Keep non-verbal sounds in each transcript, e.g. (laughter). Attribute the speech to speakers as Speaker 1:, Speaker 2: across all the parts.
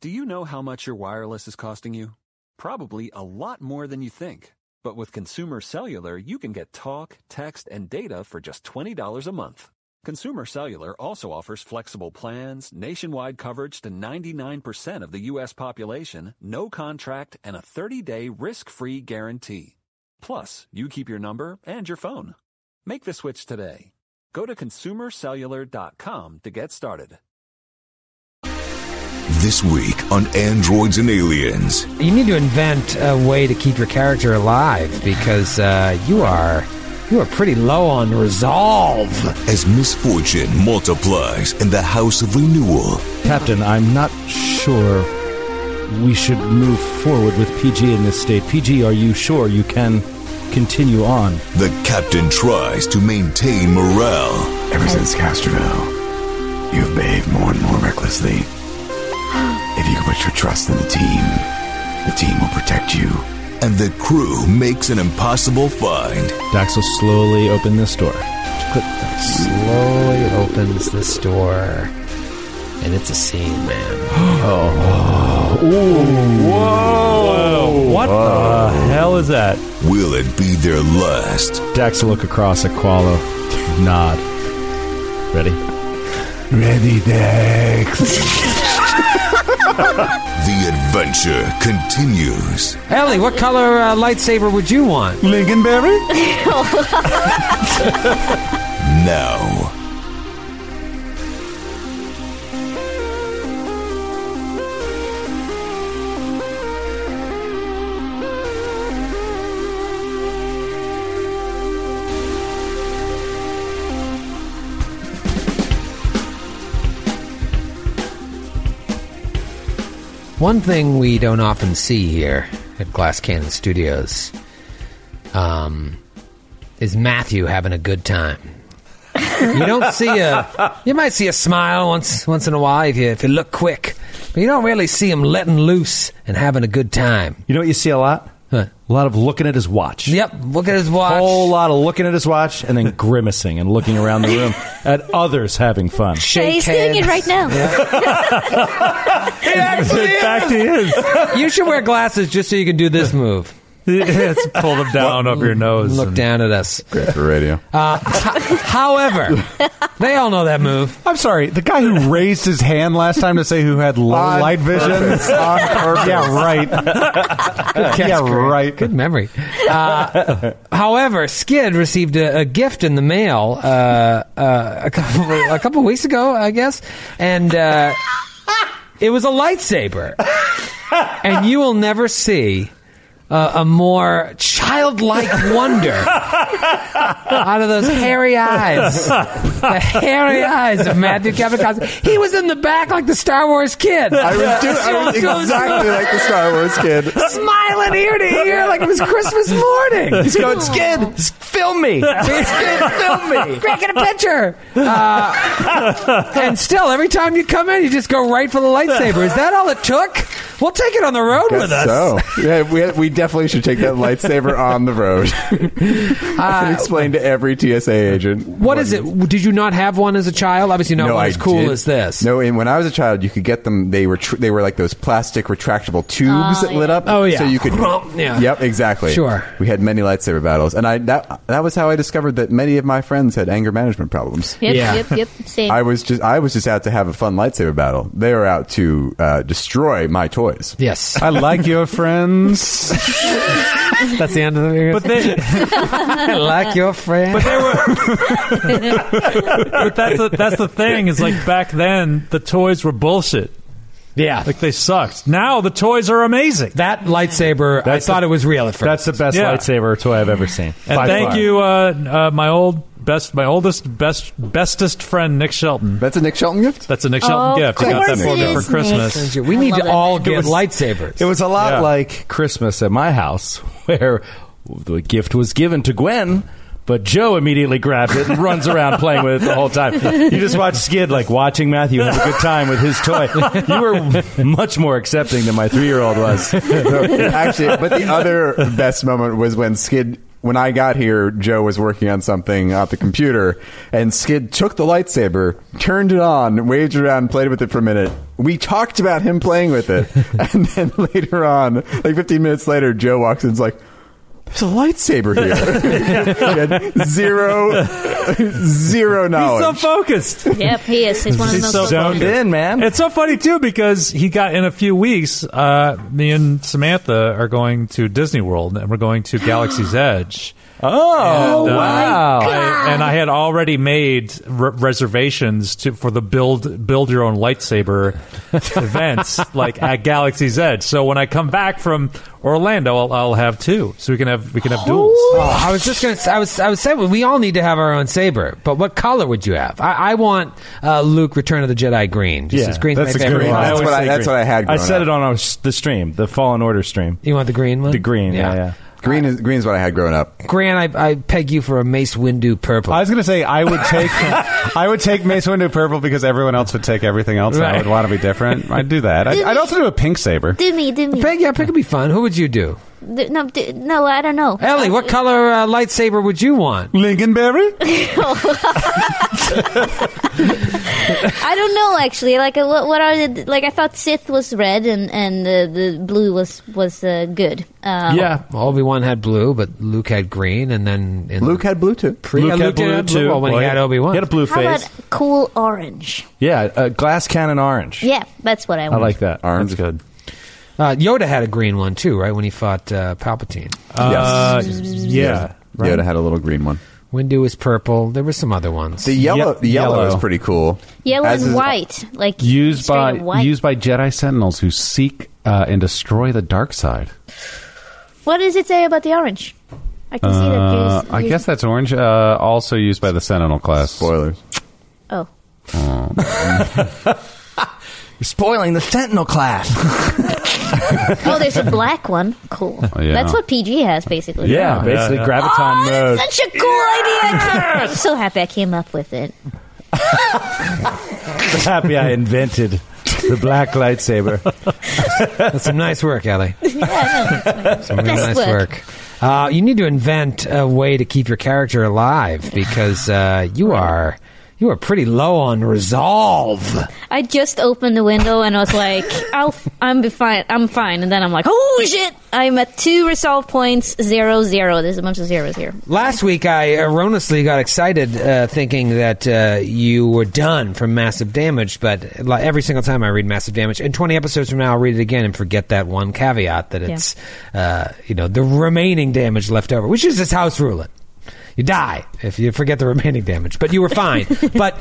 Speaker 1: Do you know how much your wireless is costing you? Probably a lot more than you think. But with Consumer Cellular, you can get talk, text, and data for just $20 a month. Consumer Cellular also offers flexible plans, nationwide coverage to 99% of the U.S. population, no contract, and a 30-day risk-free guarantee. Plus, you keep your number and your phone. Make the switch today. Go to consumercellular.com to get started.
Speaker 2: This week on Androids and Aliens.
Speaker 3: You need to invent a way to keep your character alive because uh, you are you are pretty low on resolve.
Speaker 2: As misfortune multiplies in the House of Renewal,
Speaker 4: Captain, I'm not sure we should move forward with PG in this state. PG, are you sure you can continue on?
Speaker 2: the captain tries to maintain morale.
Speaker 5: Ever since Castroville, you've behaved more and more recklessly. If you put your trust in the team, the team will protect you.
Speaker 2: And the crew makes an impossible find.
Speaker 4: Dax will slowly open this door.
Speaker 3: Slowly opens this door, and it's a
Speaker 4: (gasps)
Speaker 3: scene, man. Oh.
Speaker 4: What the hell is that?
Speaker 2: Will it be their last?
Speaker 4: Dax will look across at Qualo, nod. Ready?
Speaker 5: Ready, Dex.
Speaker 2: (laughs) The adventure continues.
Speaker 3: Ellie, what color uh, lightsaber would you want?
Speaker 4: Lincolnberry?
Speaker 2: Now.
Speaker 3: One thing we don't often see here at Glass Cannon Studios, um, is Matthew having a good time. You don't see a. You might see a smile once once in a while if you if you look quick, but you don't really see him letting loose and having a good time.
Speaker 4: You know what you see a lot?
Speaker 3: Huh.
Speaker 4: A lot of looking at his watch.
Speaker 3: Yep, look at his watch.
Speaker 4: Whole lot of looking at his watch and (laughs) then grimacing and looking around the (laughs) room at others having fun.
Speaker 3: shake
Speaker 6: he's doing
Speaker 3: hands.
Speaker 6: it right (laughs) now.
Speaker 4: In fact, he (laughs) is.
Speaker 3: You should wear glasses just so you can do
Speaker 4: (laughs)
Speaker 3: this move.
Speaker 4: Let's pull them down up your nose.
Speaker 3: Look down
Speaker 4: (laughs)
Speaker 3: at us.
Speaker 7: Great for radio.
Speaker 3: Uh, However, they all know that move.
Speaker 7: I'm sorry. The guy who raised his hand last time to say who (laughs) had low
Speaker 4: On
Speaker 7: light
Speaker 8: (laughs)
Speaker 7: vision. on purpose. Yeah,
Speaker 3: (laughs)
Speaker 7: right. yeah, right.
Speaker 3: Good memory. Uh, however, Skid received a, a gift in the mail uh, uh, a couple a couple weeks ago, I guess, and uh, it was a lightsaber. And you will never see uh, a more childlike wonder out of those hairy eyes, the hairy eyes of Matthew Kevin Costner. He was in the back like the Star Wars kid.
Speaker 7: I was, do- I was exactly like the Star Wars kid.
Speaker 3: smiling ear to ear like it was Christmas morning. He's going, Skid, film (laughs) me. Skid, film me. Greg, get a picture. Uh, and still, every time you come in, you just go right for the lightsaber. Is that all it took? We'll take it on the road with us.
Speaker 7: So, yeah, we, we definitely should
Speaker 3: (laughs)
Speaker 7: take that lightsaber on the road. (laughs)
Speaker 3: Uh,
Speaker 7: and explain to every TSA agent.
Speaker 3: What is it? Did you not have one as a child? Obviously, not one
Speaker 7: I
Speaker 3: as cool
Speaker 7: did-
Speaker 3: as this.
Speaker 7: No, and when I was a child, you could get them. They were tr- they were like those plastic retractable tubes that lit up.
Speaker 3: Oh, yeah.
Speaker 7: so you could.
Speaker 3: Yeah.
Speaker 7: Yep, exactly.
Speaker 3: Sure.
Speaker 7: We had many lightsaber battles, and I that that was how I discovered that many of my friends had anger management problems.
Speaker 6: Yep,
Speaker 3: Yeah.
Speaker 6: yep,
Speaker 7: (laughs)
Speaker 6: yep. Same.
Speaker 7: I was just I was just out to have a fun lightsaber battle. They were out to uh, destroy my toys.
Speaker 3: Yes.
Speaker 4: I like your friends.
Speaker 3: (laughs) That's the end of the video.
Speaker 9: But
Speaker 8: (laughs)
Speaker 9: they,
Speaker 3: (laughs)
Speaker 6: (laughs)
Speaker 3: I like your friend.
Speaker 9: but they were. (laughs) but that's the, that's the thing is like back then the toys were bullshit.
Speaker 3: yeah.
Speaker 9: Like they sucked. Now the toys are amazing.
Speaker 3: that lightsaber, I
Speaker 4: That's
Speaker 3: thought
Speaker 4: a-
Speaker 3: it was real at first.
Speaker 4: That's the best
Speaker 9: Yeah.
Speaker 4: lightsaber toy I've ever seen.
Speaker 9: And
Speaker 4: By
Speaker 9: thank
Speaker 4: far.
Speaker 9: you, uh, uh, my old best, my oldest best bestest friend Nick Shelton.
Speaker 7: That's a Nick Shelton gift.
Speaker 9: That's a Nick Shelton
Speaker 6: Oh, Of
Speaker 9: gift. He got that
Speaker 6: course
Speaker 9: for
Speaker 6: it
Speaker 9: me for
Speaker 6: is,
Speaker 9: Christmas.
Speaker 3: we
Speaker 6: I
Speaker 3: need
Speaker 6: love
Speaker 3: to
Speaker 6: it.
Speaker 3: all
Speaker 6: It
Speaker 3: get
Speaker 4: was-
Speaker 3: lightsabers.
Speaker 4: It was a lot
Speaker 9: Yeah.
Speaker 4: like Christmas at my house, (laughs) where the gift was given to Gwen, but Joe immediately grabbed it and runs around playing with it the whole time. You just watch Skid like watching Matthew have a good time with his toy. You were much more
Speaker 7: (laughs)
Speaker 4: accepting than my three year old was.
Speaker 7: No, actually, but the other best moment was when Skid when I got here, Joe was working on something on the computer, and Skid took the lightsaber, turned it on, waved it around, played with it for a minute. We talked about him playing with it, and then later on, like 15 minutes later, Joe walks in and's like, "There's a lightsaber here." (laughs) He had zero, zero
Speaker 9: He's so
Speaker 7: knowledge.
Speaker 9: focused.
Speaker 6: Yep, he is. He's one of the most
Speaker 9: so
Speaker 6: focused.
Speaker 4: Zoned in, man.
Speaker 9: It's so funny too because he got in a few weeks. Uh, me and Samantha are going to Disney World and we're going to
Speaker 6: (gasps)
Speaker 9: Galaxy's Edge.
Speaker 4: oh,
Speaker 9: And, uh,
Speaker 4: wow.
Speaker 9: I, and I had already made re- reservations to for the build build your
Speaker 4: (laughs)
Speaker 9: own lightsaber events like at Galaxy's Edge. So when I come back from Orlando, I'll, I'll have two, so we can have we can have duels.
Speaker 3: Oh, I was just gonna. I was. I was saying we all need to have our own saber. But what color would you have? I, I want uh, Luke Return of the Jedi green. Just as green's
Speaker 4: that's
Speaker 3: my
Speaker 4: a
Speaker 3: favorite
Speaker 4: good one.
Speaker 3: color.
Speaker 7: That's
Speaker 4: always
Speaker 7: what I-
Speaker 4: say
Speaker 7: that's
Speaker 4: green.
Speaker 7: what I had
Speaker 4: I
Speaker 7: growing
Speaker 4: said
Speaker 7: up.
Speaker 4: it on our, s- the stream, the Fallen Order stream.
Speaker 3: You want the green one?
Speaker 4: The green, yeah, yeah.
Speaker 7: green is green is what I had growing up.
Speaker 3: Grant, I, I peg you for a Mace Windu purple.
Speaker 8: I was going to say I would take (laughs) I would take Mace Windu purple because everyone else would take everything else. and
Speaker 3: Right.
Speaker 8: I would want to be different. I'd do that. I'd, I'd also do a pink saber.
Speaker 6: Do me, do me.
Speaker 3: peg, yeah, peg would be fun. Who would you do?
Speaker 6: Do- no, do, no, I don't know.
Speaker 3: Ellie, what color uh, lightsaber would you want? (laughs)
Speaker 8: Lincolnberry.
Speaker 6: (laughs) I don't know actually. Like, uh, what, what are the like? I thought Sith was red and and uh, the blue was was uh, good. Um,
Speaker 3: Yeah, Obi Wan had blue, but Luke had green, and then in
Speaker 7: Luke had blue too.
Speaker 3: Pre- yeah, Luke did have blue, well, when he had Obi Wan.
Speaker 4: He had a blue
Speaker 6: How
Speaker 4: face.
Speaker 6: about cool orange?
Speaker 4: yeah, a glass cannon orange.
Speaker 6: Yeah, that's what I
Speaker 4: I
Speaker 6: want.
Speaker 4: like that.
Speaker 7: Orange.
Speaker 4: That's good.
Speaker 3: Uh, Yoda had a green one too, right? When he fought uh, Palpatine,
Speaker 9: Uh, yeah.
Speaker 7: Yoda had a little green one.
Speaker 3: Windu was purple. There were some other ones.
Speaker 7: The yellow, the yellow,
Speaker 4: yellow.
Speaker 7: is pretty cool.
Speaker 6: Yellow
Speaker 7: As
Speaker 6: and
Speaker 7: is-
Speaker 6: white, like
Speaker 8: Used
Speaker 6: straight
Speaker 8: by
Speaker 6: up white.
Speaker 8: used by Jedi Sentinels who seek uh, and destroy the dark side.
Speaker 6: what does it say about the orange? I can see
Speaker 8: Uh,
Speaker 6: that. There's,
Speaker 8: I
Speaker 6: there's-
Speaker 8: guess that's orange. Uh, also used by the Sentinel class.
Speaker 7: Spoilers.
Speaker 6: Oh,
Speaker 4: You're spoiling the Sentinel class.
Speaker 6: oh, there's a black one. Cool.
Speaker 8: Yeah.
Speaker 6: That's what PG has
Speaker 4: (laughs)
Speaker 6: basically.
Speaker 4: yeah, basically
Speaker 9: yeah.
Speaker 4: graviton
Speaker 6: Oh,
Speaker 4: mode.
Speaker 6: that's such a cool idea! I'm so happy I came up with it.
Speaker 4: (laughs) happy I invented the black lightsaber.
Speaker 3: That's some nice work, Ellie.
Speaker 6: (laughs) Yeah, I know.
Speaker 3: (laughs) Some really
Speaker 6: Best
Speaker 3: nice
Speaker 6: work.
Speaker 3: work. Uh, you need to invent a way to keep your character alive because uh, you are you are pretty low on resolve.
Speaker 6: I just opened the window and I was like, (laughs) I'll, I'm be fine. I'm fine. And then I'm like, oh shit! I'm at two resolve points, zero, zero. There's a bunch of zeros here.
Speaker 3: Last week, I erroneously got excited uh, thinking that uh, you were done from massive damage, but li- every single time I read massive damage, and 20 episodes from now, I'll read it again and forget that one caveat that it's, uh, you know, the remaining damage left over, which is just house rule it. You die if you forget the remaining damage, but you were fine. but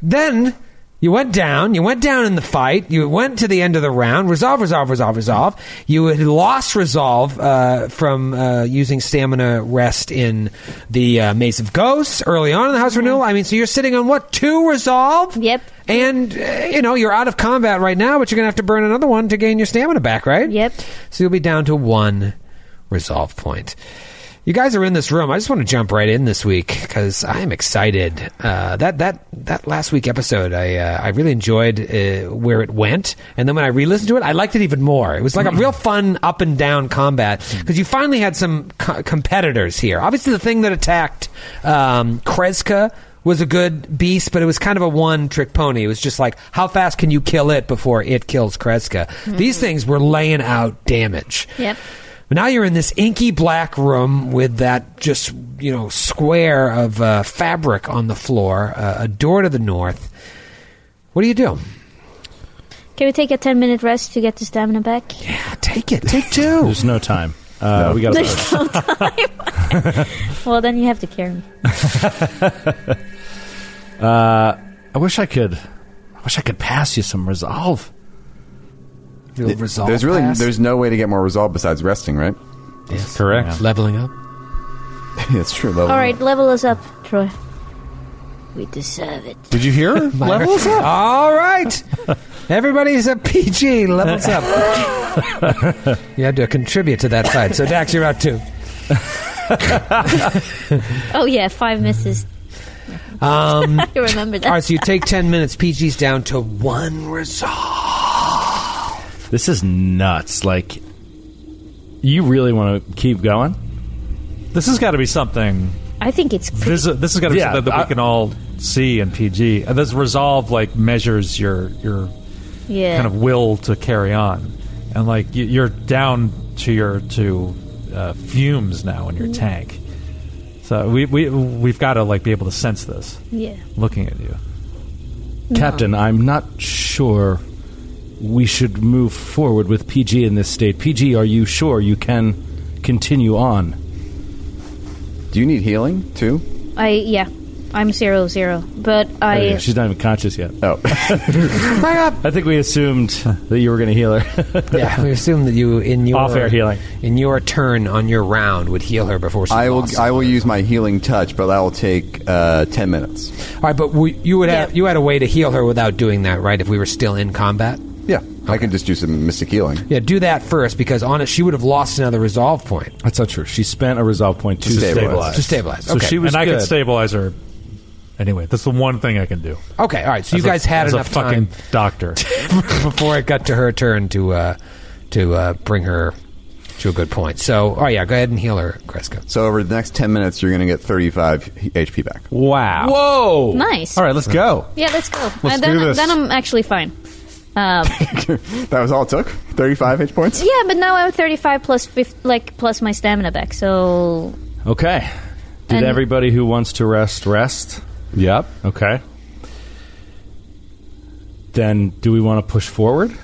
Speaker 3: then you went down. You went down in the fight. You went to the end of the round. Resolve, resolve, resolve, resolve. You had lost resolve uh, from uh, using stamina rest in the uh, Maze of Ghosts early on in the House Renewal. I mean, so you're sitting on what two resolve?
Speaker 6: Mm-hmm. Yep.
Speaker 3: And uh, you know you're out of combat right now, but you're gonna have to burn another one to gain your stamina back, right?
Speaker 6: Yep.
Speaker 3: So you'll be down to one resolve point. You guys are in this room. I just want to jump right in this week because I'm excited. Uh, that that that last week episode, I uh, I really enjoyed uh, where it went, and then when I re-listened to it, I liked it even more. It was like a real fun up and down combat because you finally had some co- competitors here. Obviously, the thing that attacked um, Kreska was a good beast, but it was kind of a one trick pony. It was just like, how fast can you kill it before it kills Kreska? These things were laying out damage.
Speaker 6: Yep.
Speaker 3: But now you're in this inky black room with that just, you know, square of uh, fabric on the floor, uh, a door to the north. What do you do?
Speaker 6: Can we take a 10 minute rest to get the stamina back?
Speaker 3: Yeah, take it. Take two.
Speaker 4: There's no time. Uh, We got to.
Speaker 6: There's no (laughs) time.
Speaker 4: (laughs)
Speaker 6: well, then you have to carry me.
Speaker 4: Uh, I wish I could. I wish I could pass you some resolve.
Speaker 3: You'll resolve
Speaker 7: There's really
Speaker 3: pass.
Speaker 7: there's no way to get more resolve besides resting, right?
Speaker 8: Correct.
Speaker 7: (laughs)
Speaker 3: leveling up.
Speaker 7: That's true. Level
Speaker 6: All right, level us up, Troy. We deserve it.
Speaker 8: Did you hear? her?
Speaker 3: (laughs) Levels up. All right. Everybody's a PG. Levels up. you had to contribute to that fight. So, Dax, you're out too.
Speaker 6: Oh, yeah, five misses. Um, I remember that.
Speaker 3: All right, so you take 10 minutes. PG's down to one resolve.
Speaker 4: This is nuts. Like, you really want to keep going?
Speaker 9: This has got to be something.
Speaker 6: I think it's pretty
Speaker 9: This, this has got to be
Speaker 4: Yeah,
Speaker 9: something that we
Speaker 4: I-
Speaker 9: can all see in PG. And this resolve like measures your your
Speaker 6: yeah.
Speaker 9: kind of will to carry on, and like y- you're down to your to uh, fumes now in your
Speaker 6: Mm-hmm.
Speaker 9: tank. So we we we've got to like be able to sense this.
Speaker 6: yeah.
Speaker 9: Looking at you,
Speaker 4: Captain, I'm not sure we should move forward with PG in this state. PG, are you sure you can continue on?
Speaker 7: Do you need healing too?
Speaker 6: I yeah. I'm zero zero, but
Speaker 4: Oh, yeah,
Speaker 6: I uh,
Speaker 4: She's not even conscious yet.
Speaker 7: Oh,
Speaker 4: (laughs) I think we assumed that you were going to heal her.
Speaker 3: Yeah, we assume that you in your
Speaker 4: Off-air healing.
Speaker 3: in your turn on your round would heal her before she.
Speaker 7: I will.
Speaker 3: lost
Speaker 7: I
Speaker 3: it.
Speaker 7: will use my healing touch, but that will take uh, ten minutes.
Speaker 3: All right, but we, you would have
Speaker 6: Yeah.
Speaker 3: you had a way to heal her without doing that, right? If we were still in combat.
Speaker 7: Yeah, I can just do some mystic healing.
Speaker 3: Yeah, do that first because on it she would have lost another resolve point
Speaker 4: That's not true. She spent a resolve point to,
Speaker 7: stabilize.
Speaker 4: stabilize.
Speaker 3: to stabilize.
Speaker 4: So
Speaker 3: okay.
Speaker 4: she was
Speaker 9: and I can
Speaker 4: good.
Speaker 9: stabilize her. Anyway, that's the one thing I can do.
Speaker 3: okay, all right. So you
Speaker 9: As a-
Speaker 3: guys had
Speaker 9: as
Speaker 3: enough
Speaker 9: a fucking
Speaker 3: time
Speaker 9: doctor.
Speaker 3: (laughs) before it got to her turn to uh, to uh, bring her to a good point. So, oh yeah, go ahead and heal her, Cresco.
Speaker 7: So over the next ten minutes, you're going to get thirty-five HP back.
Speaker 8: Wow.
Speaker 4: Whoa!
Speaker 6: nice.
Speaker 8: All right, let's go.
Speaker 6: Yeah, let's go.
Speaker 8: Let's
Speaker 6: And then,
Speaker 8: do this.
Speaker 6: then I'm actually fine.
Speaker 8: (laughs)
Speaker 6: Um,
Speaker 7: (laughs) That was all it took. Thirty-five
Speaker 6: (laughs)
Speaker 7: H points.
Speaker 6: yeah, but now I'm 35 plus 50, like plus my stamina back. So
Speaker 4: Okay. Did
Speaker 6: And-
Speaker 4: everybody who wants to rest rest?
Speaker 8: Yep.
Speaker 4: Okay. Then do we want to push forward?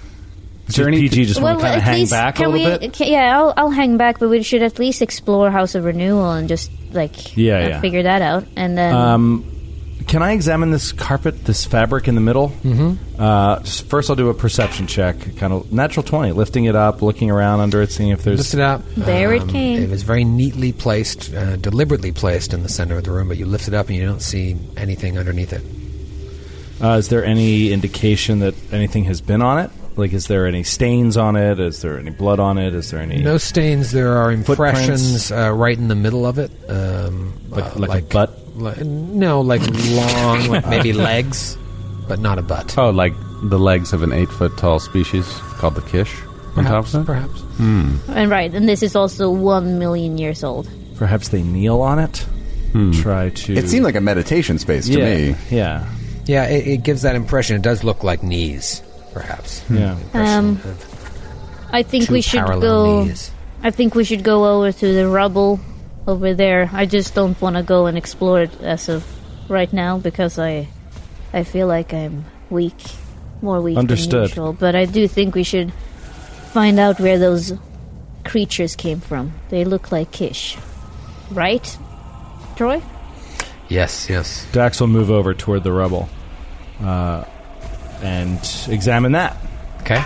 Speaker 4: Does
Speaker 8: there any-
Speaker 4: PG just want to kind of hang back a
Speaker 6: can
Speaker 4: little
Speaker 6: we?
Speaker 4: bit?
Speaker 6: Can, yeah, I'll, I'll hang back, but we should at least explore House of Renewal and just like
Speaker 4: Yeah,
Speaker 6: uh,
Speaker 4: yeah. Uh,
Speaker 6: figure that out, and then
Speaker 4: Um, Can I examine this carpet, this fabric in the middle? Mm-hmm. Uh, s- first, I'll do a perception check, kind of natural twenty, lifting it up, looking around under it, seeing if
Speaker 3: Lift
Speaker 4: there's.
Speaker 3: it up. Um,
Speaker 6: There it came.
Speaker 3: It was very neatly placed, uh, deliberately placed in the center of the room, but you lift it up and you don't see anything underneath it.
Speaker 4: Uh, is there any indication that anything has been on it? Like, is there any stains on it? Is there any blood on it? Is there any
Speaker 3: No stains. There are
Speaker 4: Footprints.
Speaker 3: impressions uh, right in the middle of it, um,
Speaker 4: Like-
Speaker 3: uh,
Speaker 4: like a butt?
Speaker 3: li- no, like
Speaker 8: (laughs)
Speaker 3: long,
Speaker 4: (laughs)
Speaker 3: like maybe legs, but not a butt.
Speaker 8: Oh, like the legs of an eight foot tall species called the kish. on top
Speaker 3: Perhaps,
Speaker 8: of it? Hmm.
Speaker 3: perhaps.
Speaker 6: and right, and this is also one million years old.
Speaker 4: Perhaps they kneel on it. Try to.
Speaker 7: Hmm. It seemed like a meditation space to
Speaker 4: yeah,
Speaker 7: me.
Speaker 4: Yeah.
Speaker 3: Yeah, it, it gives that impression. It does look like knees, perhaps.
Speaker 4: Yeah.
Speaker 6: Um,
Speaker 3: Impression of
Speaker 6: I think
Speaker 3: two
Speaker 6: we should
Speaker 3: parallel
Speaker 6: go.
Speaker 3: knees.
Speaker 6: I think we should go over to the rubble over there. I just don't want to go and explore it as of right now because I, I feel like I'm weak, more weak than
Speaker 4: Understood.
Speaker 6: usual. But I do think we should find out where those creatures came from. They look like Kish, right? Troy,
Speaker 3: Yes, yes.
Speaker 4: Dax will move over toward the rubble uh, and examine that.
Speaker 3: Okay.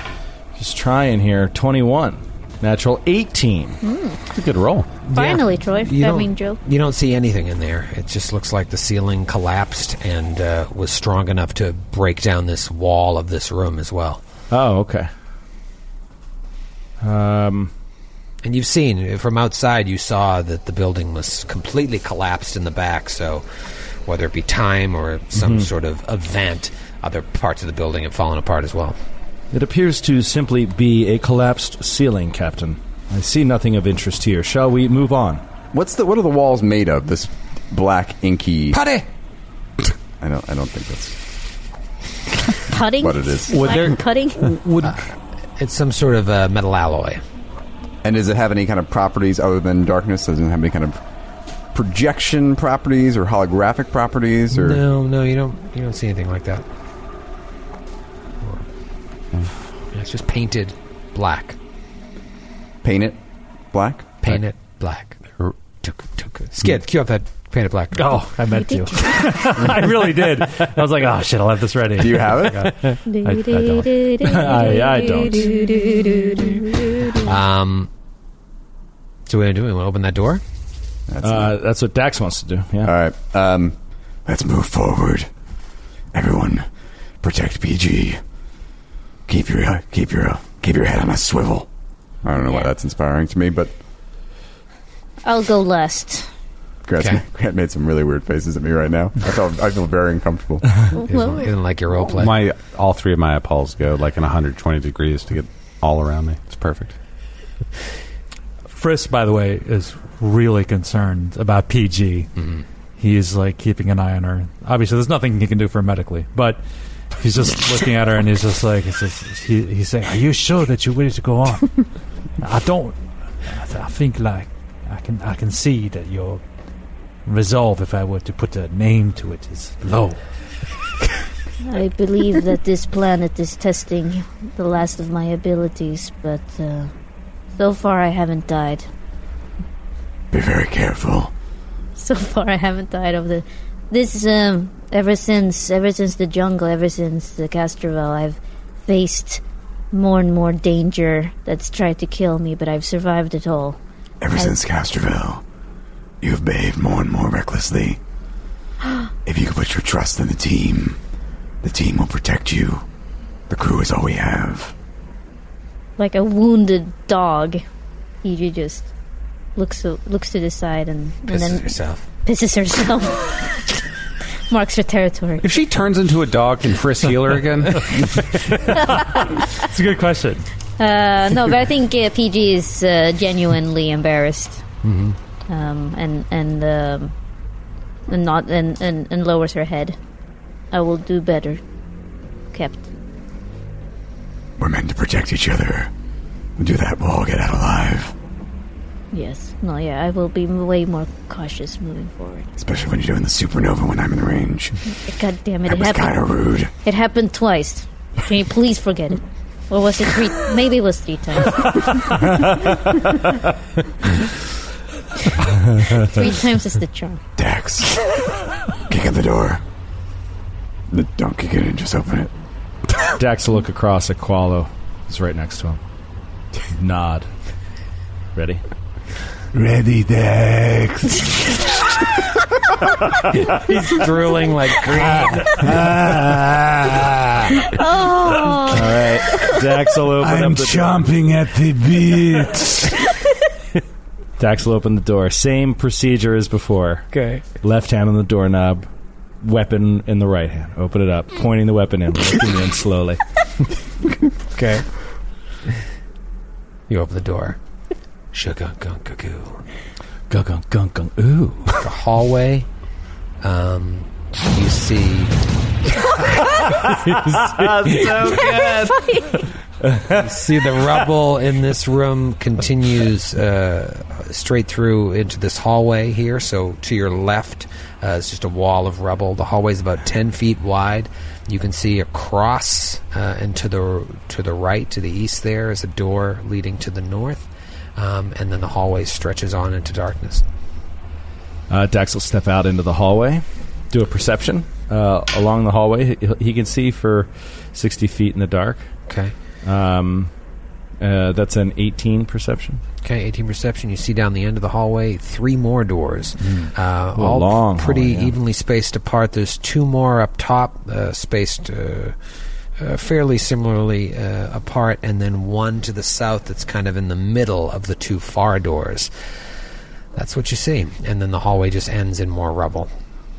Speaker 4: Just trying here. 21. Natural 18.
Speaker 6: Hmm.
Speaker 8: It's a good roll.
Speaker 6: finally, Troy.
Speaker 3: You
Speaker 6: I
Speaker 3: don't-
Speaker 6: mean, Joe.
Speaker 3: You don't see anything in there. It just looks like the ceiling collapsed and uh, was strong enough to break down this wall of this room as well.
Speaker 4: Oh, okay. Um,
Speaker 3: And you've seen from outside, you saw that the building was completely collapsed in the back. So, whether it be time or some
Speaker 4: Mm-hmm.
Speaker 3: sort of event, other parts of the building have fallen apart as well.
Speaker 4: it appears to simply be a collapsed ceiling, Captain. I see nothing of interest here. Shall we move on?
Speaker 7: What's the? What are the walls made of? This black inky.
Speaker 3: Putty!
Speaker 7: I don't. I don't think that's
Speaker 6: Putting.
Speaker 7: what it is.
Speaker 4: Would there-
Speaker 6: putting?
Speaker 4: Would
Speaker 3: It's some sort of uh, metal alloy.
Speaker 7: And does it have any kind of properties other than darkness? Does it have any kind of projection properties or holographic properties or?
Speaker 3: No, no, you don't. You don't see anything like that. It's just painted black.
Speaker 7: paint it black. Er,
Speaker 3: Paint it black. Tuk, tuk. Skid, cue up that paint it black.
Speaker 9: Oh, I meant to. (laughs) I really did. I was like, oh shit, I'll have this ready.
Speaker 7: Do you have it?
Speaker 9: (laughs) I, I don't.
Speaker 4: I- I don't.
Speaker 3: Um, so what do we do? We want to open that door?
Speaker 7: That's
Speaker 4: uh, that's what Dax wants to do? Yeah.
Speaker 7: All right. Um, let's move forward. Everyone, protect PG. Keep your uh, keep your uh, keep your head on a swivel. I don't know why
Speaker 6: Yeah.
Speaker 7: that's inspiring to me, but
Speaker 6: (laughs) I'll go last.
Speaker 7: Grant,
Speaker 3: Okay.
Speaker 7: (laughs) Grant made some really weird faces at me right now. I felt I feel very uncomfortable. (laughs)
Speaker 6: Well,
Speaker 3: Isn't, isn't like your role play.
Speaker 8: My all three of my eyeballs go like in 120 degrees to get all around me. It's perfect.
Speaker 9: Frisk, by the way, is really concerned about PG.
Speaker 7: Mm-hmm.
Speaker 9: He is like keeping an eye on her. Obviously, there's nothing he can do for her medically, but he's
Speaker 7: (laughs)
Speaker 9: just looking at her and he's just like, it's just, he, he's saying, "Are you sure that you're ready to go on?" I don't. I, th- I think like I can I can see that your resolve, if I were to put a name to it, is low.
Speaker 6: I believe that this planet is testing the last of my abilities, but uh, so far I haven't died.
Speaker 5: Be very careful.
Speaker 6: So far I haven't died of the. This um, ever since ever since the jungle, ever since the Castrovel, I've faced more and more danger that's tried to kill me, but I've survived it all. (gasps)
Speaker 5: Ever since Castroville, you've behaved more and more recklessly. if you could put your trust in the team, the team will protect you. The crew is all we have.
Speaker 6: like a wounded dog. He ju- just looks to, looks to the side and, and
Speaker 3: Pisses
Speaker 6: then
Speaker 3: herself.
Speaker 6: pisses herself. (laughs) Marks her territory.
Speaker 10: If she turns into a dog, can Frisk heal her again?
Speaker 9: It's a good question.
Speaker 6: Uh, no, but I think uh, PG is uh, genuinely embarrassed,
Speaker 3: Mm-hmm.
Speaker 6: um, and and um, and not and, and and lowers her head. I will do better, Captain.
Speaker 5: We're meant to protect each other. We do that, we'll all get out alive.
Speaker 6: Yes. No. Yeah. I will be m- way more cautious moving forward.
Speaker 5: Especially when you're doing the supernova when I'm in range.
Speaker 6: God damn it!
Speaker 5: That
Speaker 6: It
Speaker 5: was
Speaker 6: happened.
Speaker 5: kind of rude.
Speaker 6: It happened twice. Can you please forget it? Or was it three? Maybe it was three
Speaker 5: (laughs)
Speaker 6: times. three times is the charm.
Speaker 5: Dax, kick in the door. No, Don't kick it in, just open it.
Speaker 4: (laughs) Dax will look across at Qualo. He's right next to him. Nod. Ready?
Speaker 5: Ready, Dax.
Speaker 3: (laughs) drooling like green.
Speaker 6: Oh,
Speaker 4: All right. Dax will open up the
Speaker 5: at the bit.
Speaker 4: door. (laughs) Dax will open the door. Same procedure as before.
Speaker 3: Okay.
Speaker 4: Left hand on the doorknob, weapon in the right hand. Open it up, pointing the weapon in, looking in slowly.
Speaker 3: (laughs)
Speaker 4: (laughs)
Speaker 3: Okay. You open the (laughs) door. Shugga gunk goo.
Speaker 4: Gung, gung, gung, gung. Ooh.
Speaker 3: The hallway. Um, you see. See the rubble in this room continues uh, straight through into this hallway here. So to your left, uh, it's just a wall of rubble. The hallway is about ten feet wide. You can see across uh, and to the to the right, to the east, there is a door leading to the north, um, and then the hallway stretches on into darkness.
Speaker 4: Uh, Dax will step out into the hallway, do a perception uh, along the hallway. He, he can see for 60 feet in the dark.
Speaker 3: Okay.
Speaker 4: Um, uh, that's an 18 perception.
Speaker 3: Okay, 18 perception. You see down the end of the hallway three more doors, uh,
Speaker 4: Hmm. Ooh,
Speaker 3: all
Speaker 4: long
Speaker 3: pretty
Speaker 4: hallway, yeah.
Speaker 3: evenly spaced apart. There's two more up top, uh, spaced uh, uh, fairly similarly uh, apart, and then one to the south that's kind of in the middle of the two far doors. That's what you see, and then the hallway just ends in more rubble.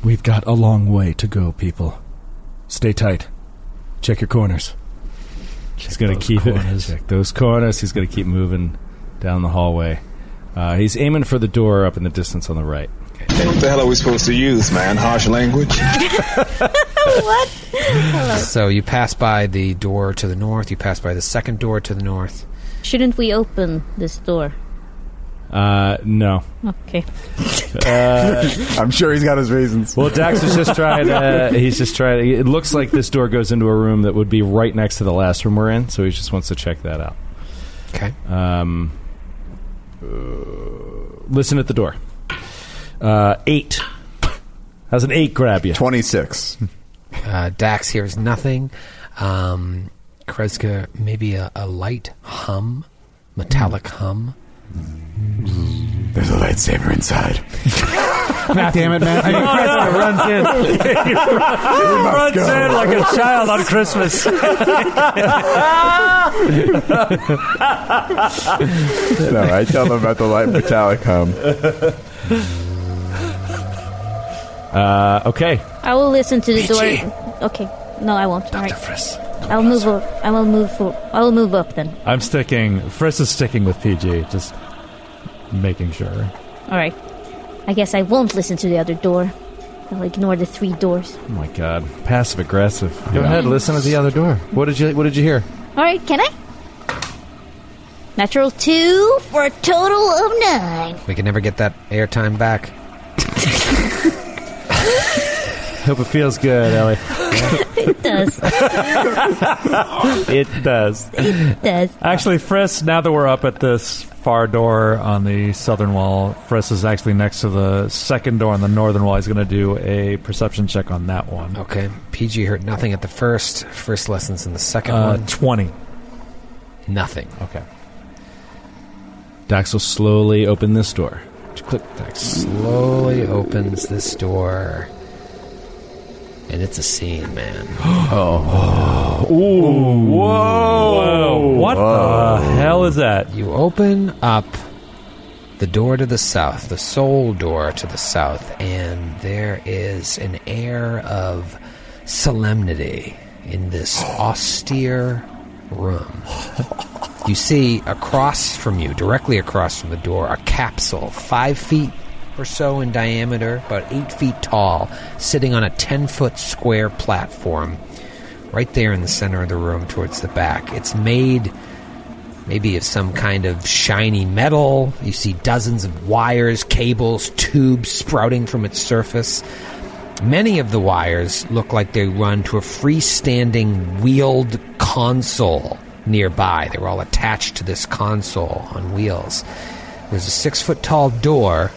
Speaker 4: We've got a long way to go, people. Stay tight. Check your corners. he's going to
Speaker 9: those
Speaker 4: keep
Speaker 9: corners.
Speaker 4: it. (laughs) Check those corners. He's going to keep moving down the hallway. Uh, he's aiming for the door up in the distance on the right.
Speaker 11: What the hell are we supposed to use, man? Harsh language?
Speaker 3: So you pass by the door to the north. You pass by the second door to the north.
Speaker 6: shouldn't we open this door?
Speaker 4: Uh, no.
Speaker 6: Okay.
Speaker 7: (laughs) Uh, I'm sure he's got his reasons.
Speaker 4: Well, Dax is just trying to. He's just trying to. It looks like this door goes into a room that would be right next to the last room we're in, so he just wants to check that out.
Speaker 3: Okay.
Speaker 4: Um, uh, listen at the door. Uh, eight. How's an eight grab you?
Speaker 7: 26.
Speaker 3: Uh, Dax hears nothing. Um, Kreska, maybe a, a light hum, metallic hum.
Speaker 5: Hmm. There's a lightsaber inside.
Speaker 8: Damn it, man!
Speaker 9: Kreska (laughs) runs in. (laughs) runs in like a child
Speaker 4: (laughs)
Speaker 9: on
Speaker 7: (laughs)
Speaker 9: Christmas.
Speaker 7: No, I tell them about the light metallic hum.
Speaker 4: Uh, okay.
Speaker 6: I will listen to the door. Okay. No, I won't. All right. I'll move up. I will move for. I will move up then.
Speaker 9: I'm sticking. Frisk is sticking with PG. Just making sure.
Speaker 6: All right. I guess I won't listen to the other door. I'll ignore the three doors.
Speaker 4: Oh my god, passive aggressive. Go
Speaker 6: Yeah.
Speaker 4: ahead, listen to the other door. What did you What did you hear?
Speaker 6: All right, can I? Natural two for a total of nine.
Speaker 3: We can never get that airtime back.
Speaker 4: (laughs) Hope it feels good, Ellie.
Speaker 6: (laughs) It does.
Speaker 9: it does. It
Speaker 6: does.
Speaker 9: Actually, Friss, now that we're up at this far door on the southern wall, Friss is actually next to the second door on the northern wall. He's going to do a perception check on that one.
Speaker 3: Okay. PG heard nothing at the first. First lessons in the second
Speaker 9: Uh,
Speaker 3: one.
Speaker 9: 20.
Speaker 3: Nothing.
Speaker 4: Okay. Dax will slowly open this door. Click. Dax
Speaker 3: slowly opens this door. And it's a
Speaker 5: (gasps)
Speaker 3: scene, man. oh.
Speaker 9: Ooh. Whoa. What the hell is that?
Speaker 3: You open up the door to the south, the sole door to the south, and there is an air of solemnity
Speaker 9: (gasps)
Speaker 3: in this austere
Speaker 9: (laughs)
Speaker 3: room. You see across from you, directly across from the door, a capsule five feet or so in diameter, about eight feet tall, sitting on a ten foot square platform right there in the center of the room towards the back. It's made maybe of some kind of shiny metal. You see dozens of wires, cables, tubes sprouting from its surface. Many of the wires look like they run to a freestanding wheeled console nearby. They're all attached to this console on wheels. There's a six foot tall door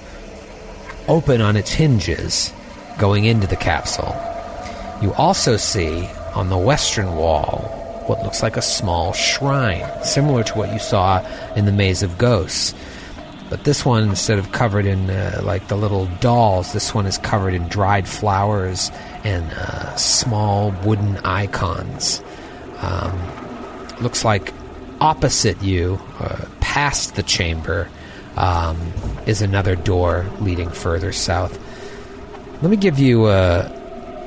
Speaker 3: open on its hinges going into the capsule. You also see on the western wall what looks like a small shrine, similar to what you saw in the Maze of Ghosts. But this one, instead of covered in uh, like the little dolls, this one is covered in dried flowers and uh, small wooden icons. Um, looks like opposite you, uh, past the chamber, um, is another door leading further south. Let me give you a,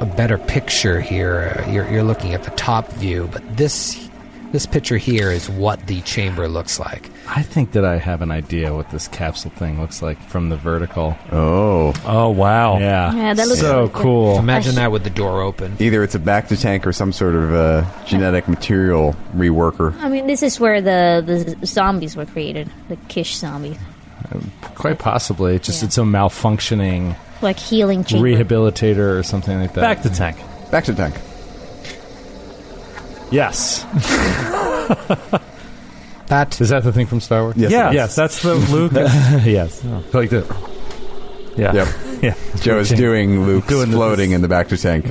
Speaker 3: a better picture here. Uh, you're, you're looking at the top view, but this this picture here is what the chamber looks like.
Speaker 4: I think that I have an idea what this capsule thing looks like from the vertical.
Speaker 7: Oh.
Speaker 9: Oh wow.
Speaker 4: Yeah.
Speaker 6: Yeah, that looks
Speaker 4: so
Speaker 6: really good.
Speaker 4: cool.
Speaker 3: Imagine that with the door open.
Speaker 7: Either it's a back to tank or some sort of uh, genetic material reworker.
Speaker 6: I mean, this is where the, the zombies were created, the Kish zombies,
Speaker 4: Quite possibly. It's just it's a malfunctioning
Speaker 6: like healing chamber.
Speaker 4: rehabilitator or something like that.
Speaker 6: Back to
Speaker 9: tank.
Speaker 7: Back to tank.
Speaker 4: Yes. that is that the thing from Star Wars?
Speaker 7: Yes,
Speaker 9: Yeah.
Speaker 7: it is.
Speaker 9: Yes, that's the Luke.
Speaker 4: (laughs)
Speaker 9: Oh.
Speaker 4: yes. Like the
Speaker 9: Yeah.
Speaker 7: Yep.
Speaker 9: (laughs) Yeah.
Speaker 7: Joe is doing Luke's floating in the back to tank.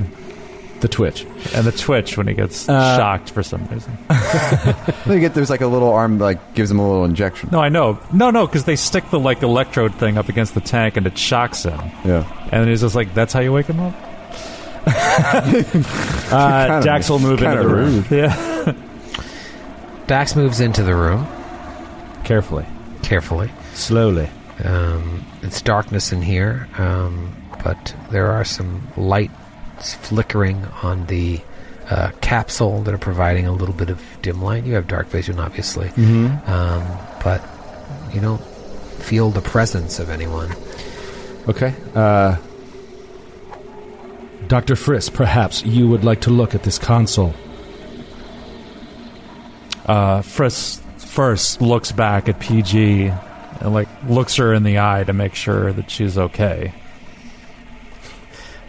Speaker 4: The twitch.
Speaker 9: And the twitch when he gets
Speaker 3: Uh,
Speaker 9: shocked for some reason.
Speaker 7: They get there's like a little arm like gives him a
Speaker 9: (laughs)
Speaker 7: little injection.
Speaker 9: No, I know. No, no, because they stick the like electrode thing up against the tank and it shocks him.
Speaker 7: Yeah.
Speaker 9: And then he's just like, "That's how you wake him
Speaker 7: (laughs)
Speaker 9: up." (laughs)
Speaker 4: Uh, Dax will move into the room.
Speaker 9: Yeah.
Speaker 3: (laughs) Dax moves into the room
Speaker 4: Carefully.
Speaker 3: carefully.
Speaker 4: Slowly.
Speaker 3: Um, it's darkness in here, um, but there are some lights flickering on the uh, capsule that are providing a little bit of dim light. You have dark vision, obviously,
Speaker 4: Mhm.
Speaker 3: um, but you don't feel the presence of anyone.
Speaker 4: Okay. Uh, Dr. Friss, perhaps you would like to look at this console.
Speaker 9: Uh, Friss first looks back at PG and like looks her in the eye to make sure that she's okay.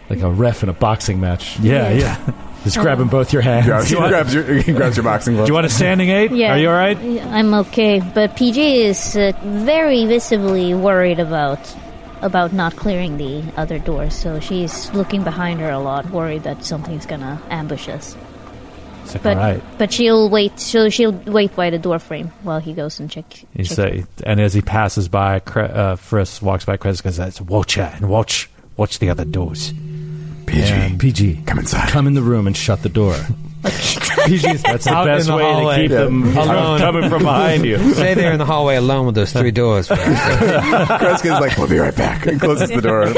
Speaker 4: Like a ref in a boxing match.
Speaker 9: Yeah,
Speaker 7: (laughs)
Speaker 9: yeah.
Speaker 4: Just grabbing both your hands.
Speaker 9: (laughs)
Speaker 7: Grabs- he, grabs your, (laughs) he grabs your boxing glove.
Speaker 9: Do you want a standing aid?
Speaker 6: Yeah.
Speaker 9: Are you all right?
Speaker 6: I'm okay, but PG is uh, very visibly worried about about not clearing the other door, so she's looking behind her a lot, worried that something's gonna ambush us.
Speaker 9: It's like,
Speaker 6: But
Speaker 9: all right.
Speaker 6: but she'll wait. She'll she'll wait by the door frame while he goes and check.
Speaker 9: You
Speaker 6: check
Speaker 9: say, and as he passes by, Cre- uh, Friss walks by. Chris goes, "That's watch her and watch, watch the other doors."
Speaker 5: PG,
Speaker 4: And PG,
Speaker 5: come inside.
Speaker 4: come in the room and shut the door. PG's, that's the
Speaker 3: Out in
Speaker 4: best
Speaker 3: the
Speaker 4: way
Speaker 3: hallway.
Speaker 4: to keep them
Speaker 3: Yeah.
Speaker 4: from
Speaker 3: Alone.
Speaker 4: coming from behind you.
Speaker 3: (laughs) Stay there in the hallway alone with those three doors.
Speaker 7: (laughs) Kreska's like, we'll be right back. And closes
Speaker 6: (laughs)
Speaker 7: the door.
Speaker 3: it's (laughs)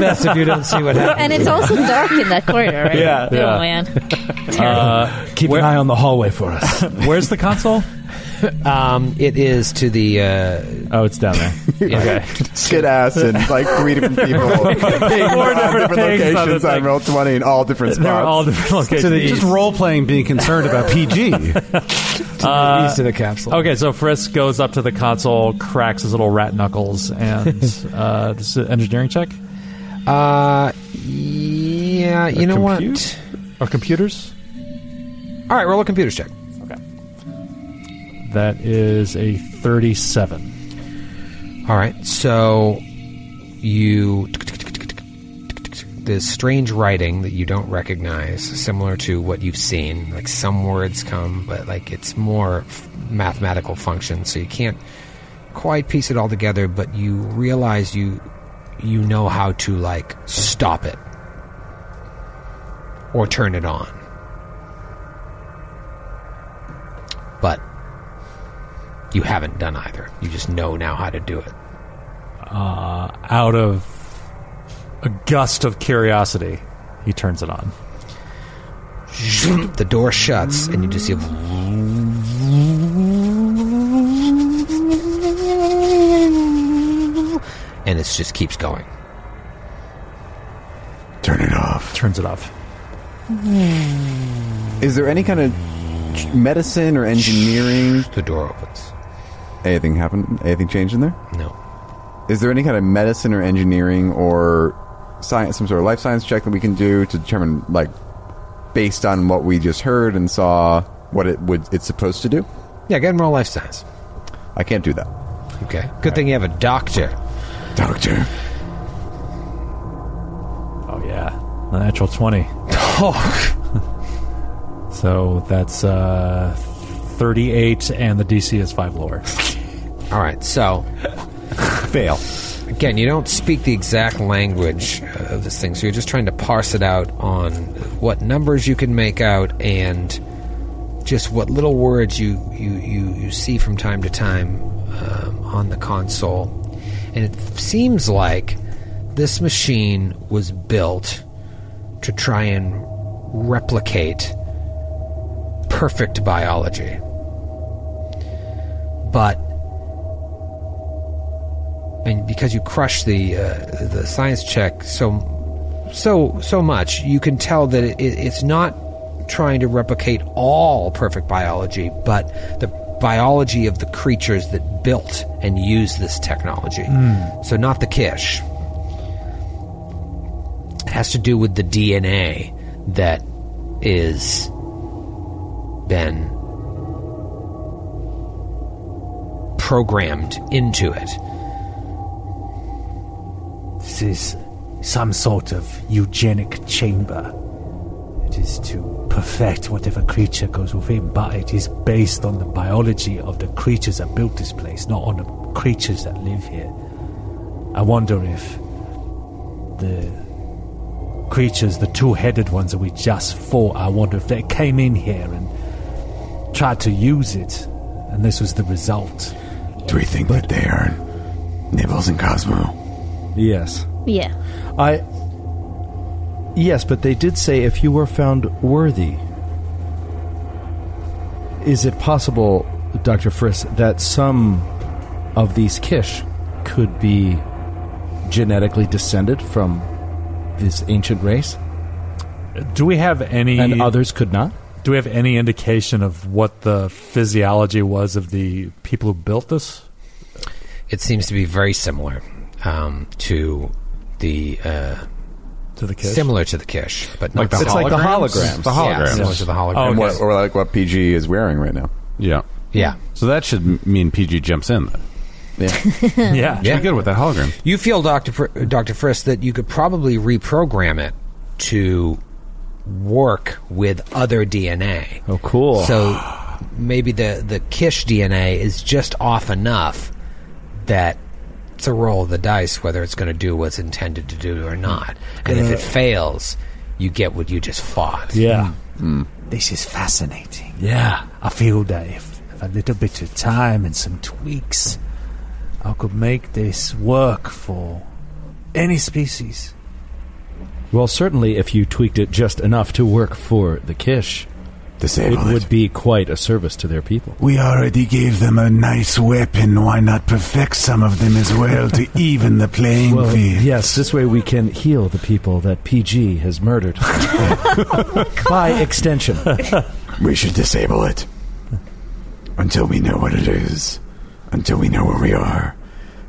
Speaker 3: best if you don't see what happens.
Speaker 6: And it's
Speaker 3: (laughs)
Speaker 6: also dark in that corridor, right?
Speaker 4: Yeah,
Speaker 6: Oh
Speaker 9: yeah.
Speaker 6: man.
Speaker 4: Keep an eye on the hallway for us.
Speaker 3: (laughs)
Speaker 9: Where's the console?
Speaker 3: Um, it is to the. Uh,
Speaker 4: oh, it's down
Speaker 3: (laughs)
Speaker 4: there.
Speaker 3: okay.
Speaker 7: Skid ass and like three different
Speaker 9: (laughs)
Speaker 7: people. Four different, locations on roll twenty in all different spots.
Speaker 9: They're all different locations.
Speaker 10: So they just role playing being concerned about PG.
Speaker 9: Uh,
Speaker 3: to the capsule.
Speaker 9: Okay, so Frisk goes up to the console, cracks his little rat knuckles,
Speaker 3: (laughs)
Speaker 9: and uh, this is an engineering check
Speaker 3: Uh, yeah, you know what?
Speaker 9: or computers.
Speaker 3: All right, roll a computers check.
Speaker 9: That is a thirty-seven.
Speaker 3: All right, so you this strange writing that you don't recognize, similar to what you've seen. Like some words come, but like it's more f- mathematical function, so you can't quite piece it all together. But you realize you you know how to like stop it or turn it on, but you haven't done either. You just know now how to do it.
Speaker 9: Uh, Out of a gust of curiosity, he turns it on.
Speaker 3: the door shuts and you just see and it just keeps going
Speaker 5: Turn it off.
Speaker 9: Turns it off.
Speaker 7: Is there any kind of ch- medicine or engineering?
Speaker 3: the door opens
Speaker 7: Anything happen? Anything change in there?
Speaker 3: no
Speaker 7: Is there any kind of medicine or engineering or science, some sort of life science check that we can do to determine, like, based on what we just heard and saw, what it would it's supposed to do?
Speaker 3: yeah get and roll life science
Speaker 7: I can't do that.
Speaker 3: okay good thing you have a doctor
Speaker 5: Doctor.
Speaker 9: Oh yeah, a natural twenty. (laughs) so that's uh, thirty-eight, and the DC is five lower.
Speaker 3: all right so
Speaker 4: Fail.
Speaker 3: again, you don't speak the exact language uh, of this thing, so you're just trying to parse it out on what numbers you can make out and just what little words you you you, you see from time to time um, on the console. And it seems like this machine was built to try and replicate perfect biology, but and because you crush the uh, the science check so so so much, you can tell that it, it, it's not trying to replicate all perfect biology, but the biology of the creatures that built and used this technology. So not the Kish. It has to do with the DNA that is been programmed into it.
Speaker 12: This is some sort of eugenic chamber. It is to perfect whatever creature goes within, but it is based on the biology of the creatures that built this place, not on the creatures that live here. I wonder if the creatures, the two headed ones that we just fought, I wonder if they came in here and tried to use it, and this was the result.
Speaker 5: Do we think that they are Nibbles and Cosmo?
Speaker 4: Yes.
Speaker 6: Yeah.
Speaker 4: I. Yes, but they did say if you were found worthy. Is it possible, Dr. Friss, that some of these Kish could be genetically descended from this ancient race
Speaker 9: Do we have any
Speaker 4: and others could not?
Speaker 9: Do we have any indication of what the physiology was of the people who built this?
Speaker 3: it seems to be very similar um, to the uh,
Speaker 9: To the kids?
Speaker 3: similar to the Kish, but not the
Speaker 4: it's like the holograms. Oh,
Speaker 3: The holograms, yeah, similar to the
Speaker 9: Oh,
Speaker 3: hologram.
Speaker 7: And what, or like what PG is wearing right now.
Speaker 10: Yeah.
Speaker 3: Yeah,
Speaker 10: So that should m- mean PG jumps in. Though. (laughs)
Speaker 9: yeah.
Speaker 10: Pretty good with that hologram.
Speaker 3: you feel, Doctor Fr- Doctor Frisk, that you could probably reprogram it to work with other DNA.
Speaker 4: Oh, cool.
Speaker 3: So maybe the the Kish DNA is just off enough that it's a roll of the dice whether it's going to do what's intended to do or not. And if it fails, you get what you just fought.
Speaker 9: Yeah.
Speaker 10: Hmm.
Speaker 12: This is fascinating.
Speaker 9: Yeah.
Speaker 12: I feel that if, if a little bit of time and some tweaks, I could make this work for any species.
Speaker 4: well, certainly if you tweaked it just enough to work for the Kish,
Speaker 13: Disable
Speaker 4: it would be quite a service to their people.
Speaker 14: We already gave them a nice weapon. Why not perfect some of them as well to even the playing
Speaker 4: Well,
Speaker 14: field?
Speaker 4: yes, this way we can heal the people that PG has
Speaker 12: (laughs)
Speaker 4: murdered by extension.
Speaker 13: We should disable it.
Speaker 5: Until we know what it is, until we know where we are,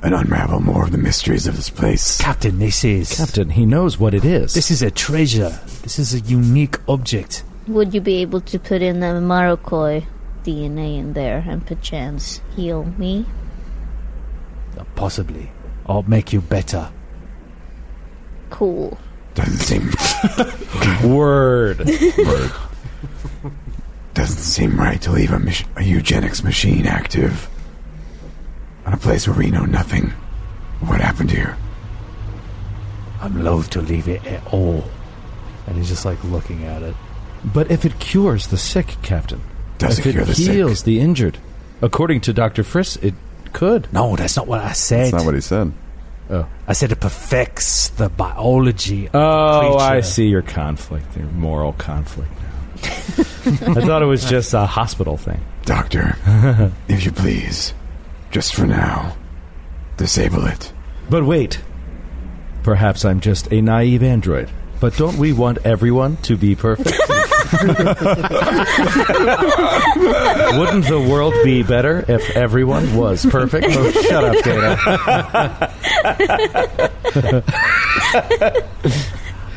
Speaker 5: and unravel more of the mysteries of this place.
Speaker 12: Captain, this is.
Speaker 4: Captain, he knows what it is.
Speaker 12: This is a treasure. This is a unique object.
Speaker 6: Would you be able to put in the Marokoi DNA in there and perchance heal me?
Speaker 12: Possibly. I'll make you better.
Speaker 6: Cool. (laughs)
Speaker 5: Doesn't seem.
Speaker 4: (laughs)
Speaker 10: (laughs)
Speaker 4: Word.
Speaker 5: Word. Doesn't seem right to leave a, mach- a eugenics machine active on a place where we know nothing. What happened here?
Speaker 12: I'm loath to leave it at all. And he's just like looking at it.
Speaker 4: But if it cures the sick, Captain,
Speaker 12: Does
Speaker 4: if
Speaker 12: it cure the sick?
Speaker 4: heals the injured, according to Doctor Friss, it could.
Speaker 12: No, that's not what I said.
Speaker 4: not what
Speaker 5: he said.
Speaker 4: Oh,
Speaker 12: I said it perfects the biology.
Speaker 4: oh,
Speaker 12: creature.
Speaker 4: I see your conflict, your moral conflict. Now. (laughs) I thought it was just a hospital thing.
Speaker 12: (laughs)
Speaker 5: Doctor, if you please, just for now, disable it.
Speaker 4: But wait, perhaps I'm just a naive android. But don't we want everyone to be perfect? Wouldn't the world be better if everyone was perfect?
Speaker 1: Oh, shut up,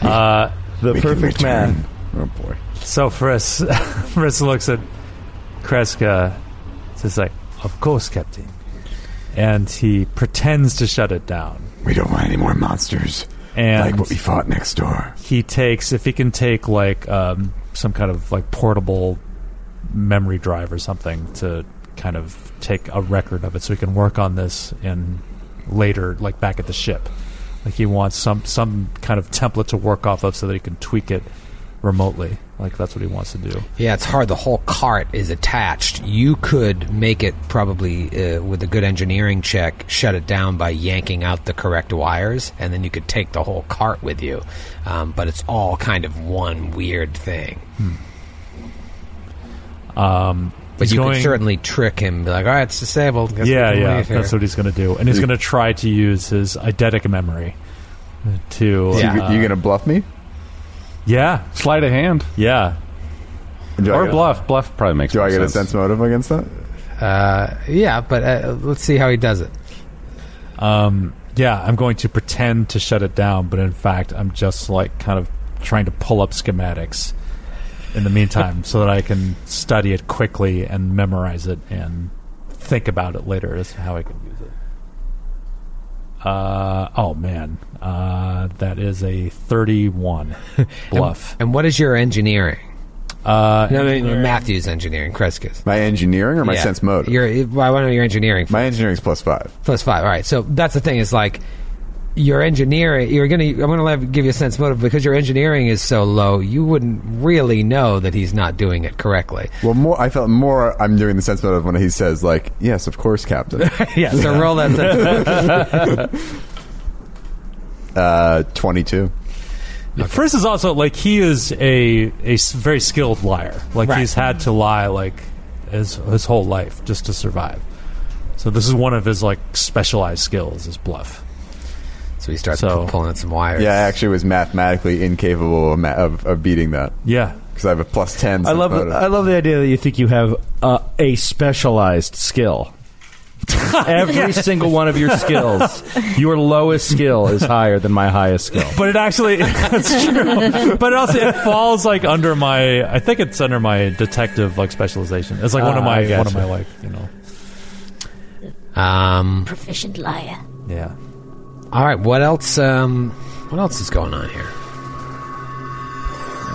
Speaker 9: Uh,
Speaker 4: the
Speaker 9: perfect man.
Speaker 5: Oh boy.
Speaker 9: So Friss, (laughs) Friss looks at Kreska. It's just like, of course, Captain. And he pretends to shut it down.
Speaker 5: We don't want any more monsters.
Speaker 9: And
Speaker 5: like what we fought next door.
Speaker 9: He takes if he can take like um, some kind of like portable memory drive or something to kind of take a record of it, so he can work on this in later, like back at the ship. Like he wants some some kind of template to work off of, so that he can tweak it remotely. Like that's what he wants to do.
Speaker 3: Yeah, it's hard. The whole cart is attached. You could make it probably uh, with a good engineering check, shut it down by yanking out the correct wires, and then you could take the whole cart with you. Um, but it's all kind of one weird thing.
Speaker 9: Um,
Speaker 3: But
Speaker 9: he's
Speaker 3: you
Speaker 9: going-
Speaker 3: could certainly trick him, be like, "All right, it's disabled." Guess we
Speaker 9: yeah,
Speaker 3: can
Speaker 9: yeah,
Speaker 3: leave here."
Speaker 9: that's what he's going to do, and he's going to try to use his eidetic memory to.
Speaker 5: So you-
Speaker 9: uh,
Speaker 5: you, gonna bluff me?
Speaker 9: yeah,
Speaker 4: sleight of hand.
Speaker 9: Yeah,
Speaker 5: Do I
Speaker 4: or
Speaker 5: get-
Speaker 4: bluff. Bluff probably makes.
Speaker 5: Do I
Speaker 4: more
Speaker 5: get a
Speaker 4: sense.
Speaker 10: (laughs)
Speaker 5: sense motive against that?
Speaker 3: Uh, yeah, but uh, let's see how he does it.
Speaker 9: Um, yeah, I'm going to pretend to shut it down, but in fact, I'm just like kind of trying to pull up schematics in the meantime, so that I can study it quickly and memorize it and think about it later as to how I can use it. Uh, oh man, uh, that is a 31 bluff.
Speaker 3: And, and what is your engineering?
Speaker 9: Uh,
Speaker 3: no, I mean, Matthew's engineering, Kreska's.
Speaker 5: My engineering or my sense motive?
Speaker 3: Your, well, I want to know your engineering.
Speaker 5: My engineering's plus five.
Speaker 3: Plus five. All right. So that's the thing is like your engineering. You're gonna. I'm gonna let, give you a sense motive because your engineering is so low. You wouldn't really know that he's not doing it correctly.
Speaker 5: Well, more. I felt more. I'm doing the sense motive when he says, "Like, yes, of course, Captain."
Speaker 3: (laughs) yeah.
Speaker 7: (laughs)
Speaker 3: So roll that sense.
Speaker 5: uh, Twenty-two.
Speaker 9: Friss is also like he is a a s- very skilled liar. Like he's had to lie like his his whole life just to survive. So this is one of his like specialized skills is bluff.
Speaker 3: So he starts pulling some wires.
Speaker 9: (laughs)
Speaker 5: Yeah, I actually was mathematically incapable of, ma- of, of beating that.
Speaker 9: Yeah,
Speaker 5: because I have a plus ten.
Speaker 4: I love. The, I love the idea that you think you have uh, a specialized skill. Every
Speaker 3: (laughs)
Speaker 9: Yes.
Speaker 4: single one of your
Speaker 9: (laughs)
Speaker 4: skills, your lowest skill is higher than my highest skill.
Speaker 9: But it actually (laughs) that's true. But it also it falls like under my I think it's under my detective like specialization. It's like one of
Speaker 4: Ah,
Speaker 9: my
Speaker 4: I
Speaker 9: one of
Speaker 4: gotcha.
Speaker 9: my like, you know.
Speaker 3: um.
Speaker 6: Proficient liar.
Speaker 9: Yeah.
Speaker 3: All right. What else? Um. What else is going on here?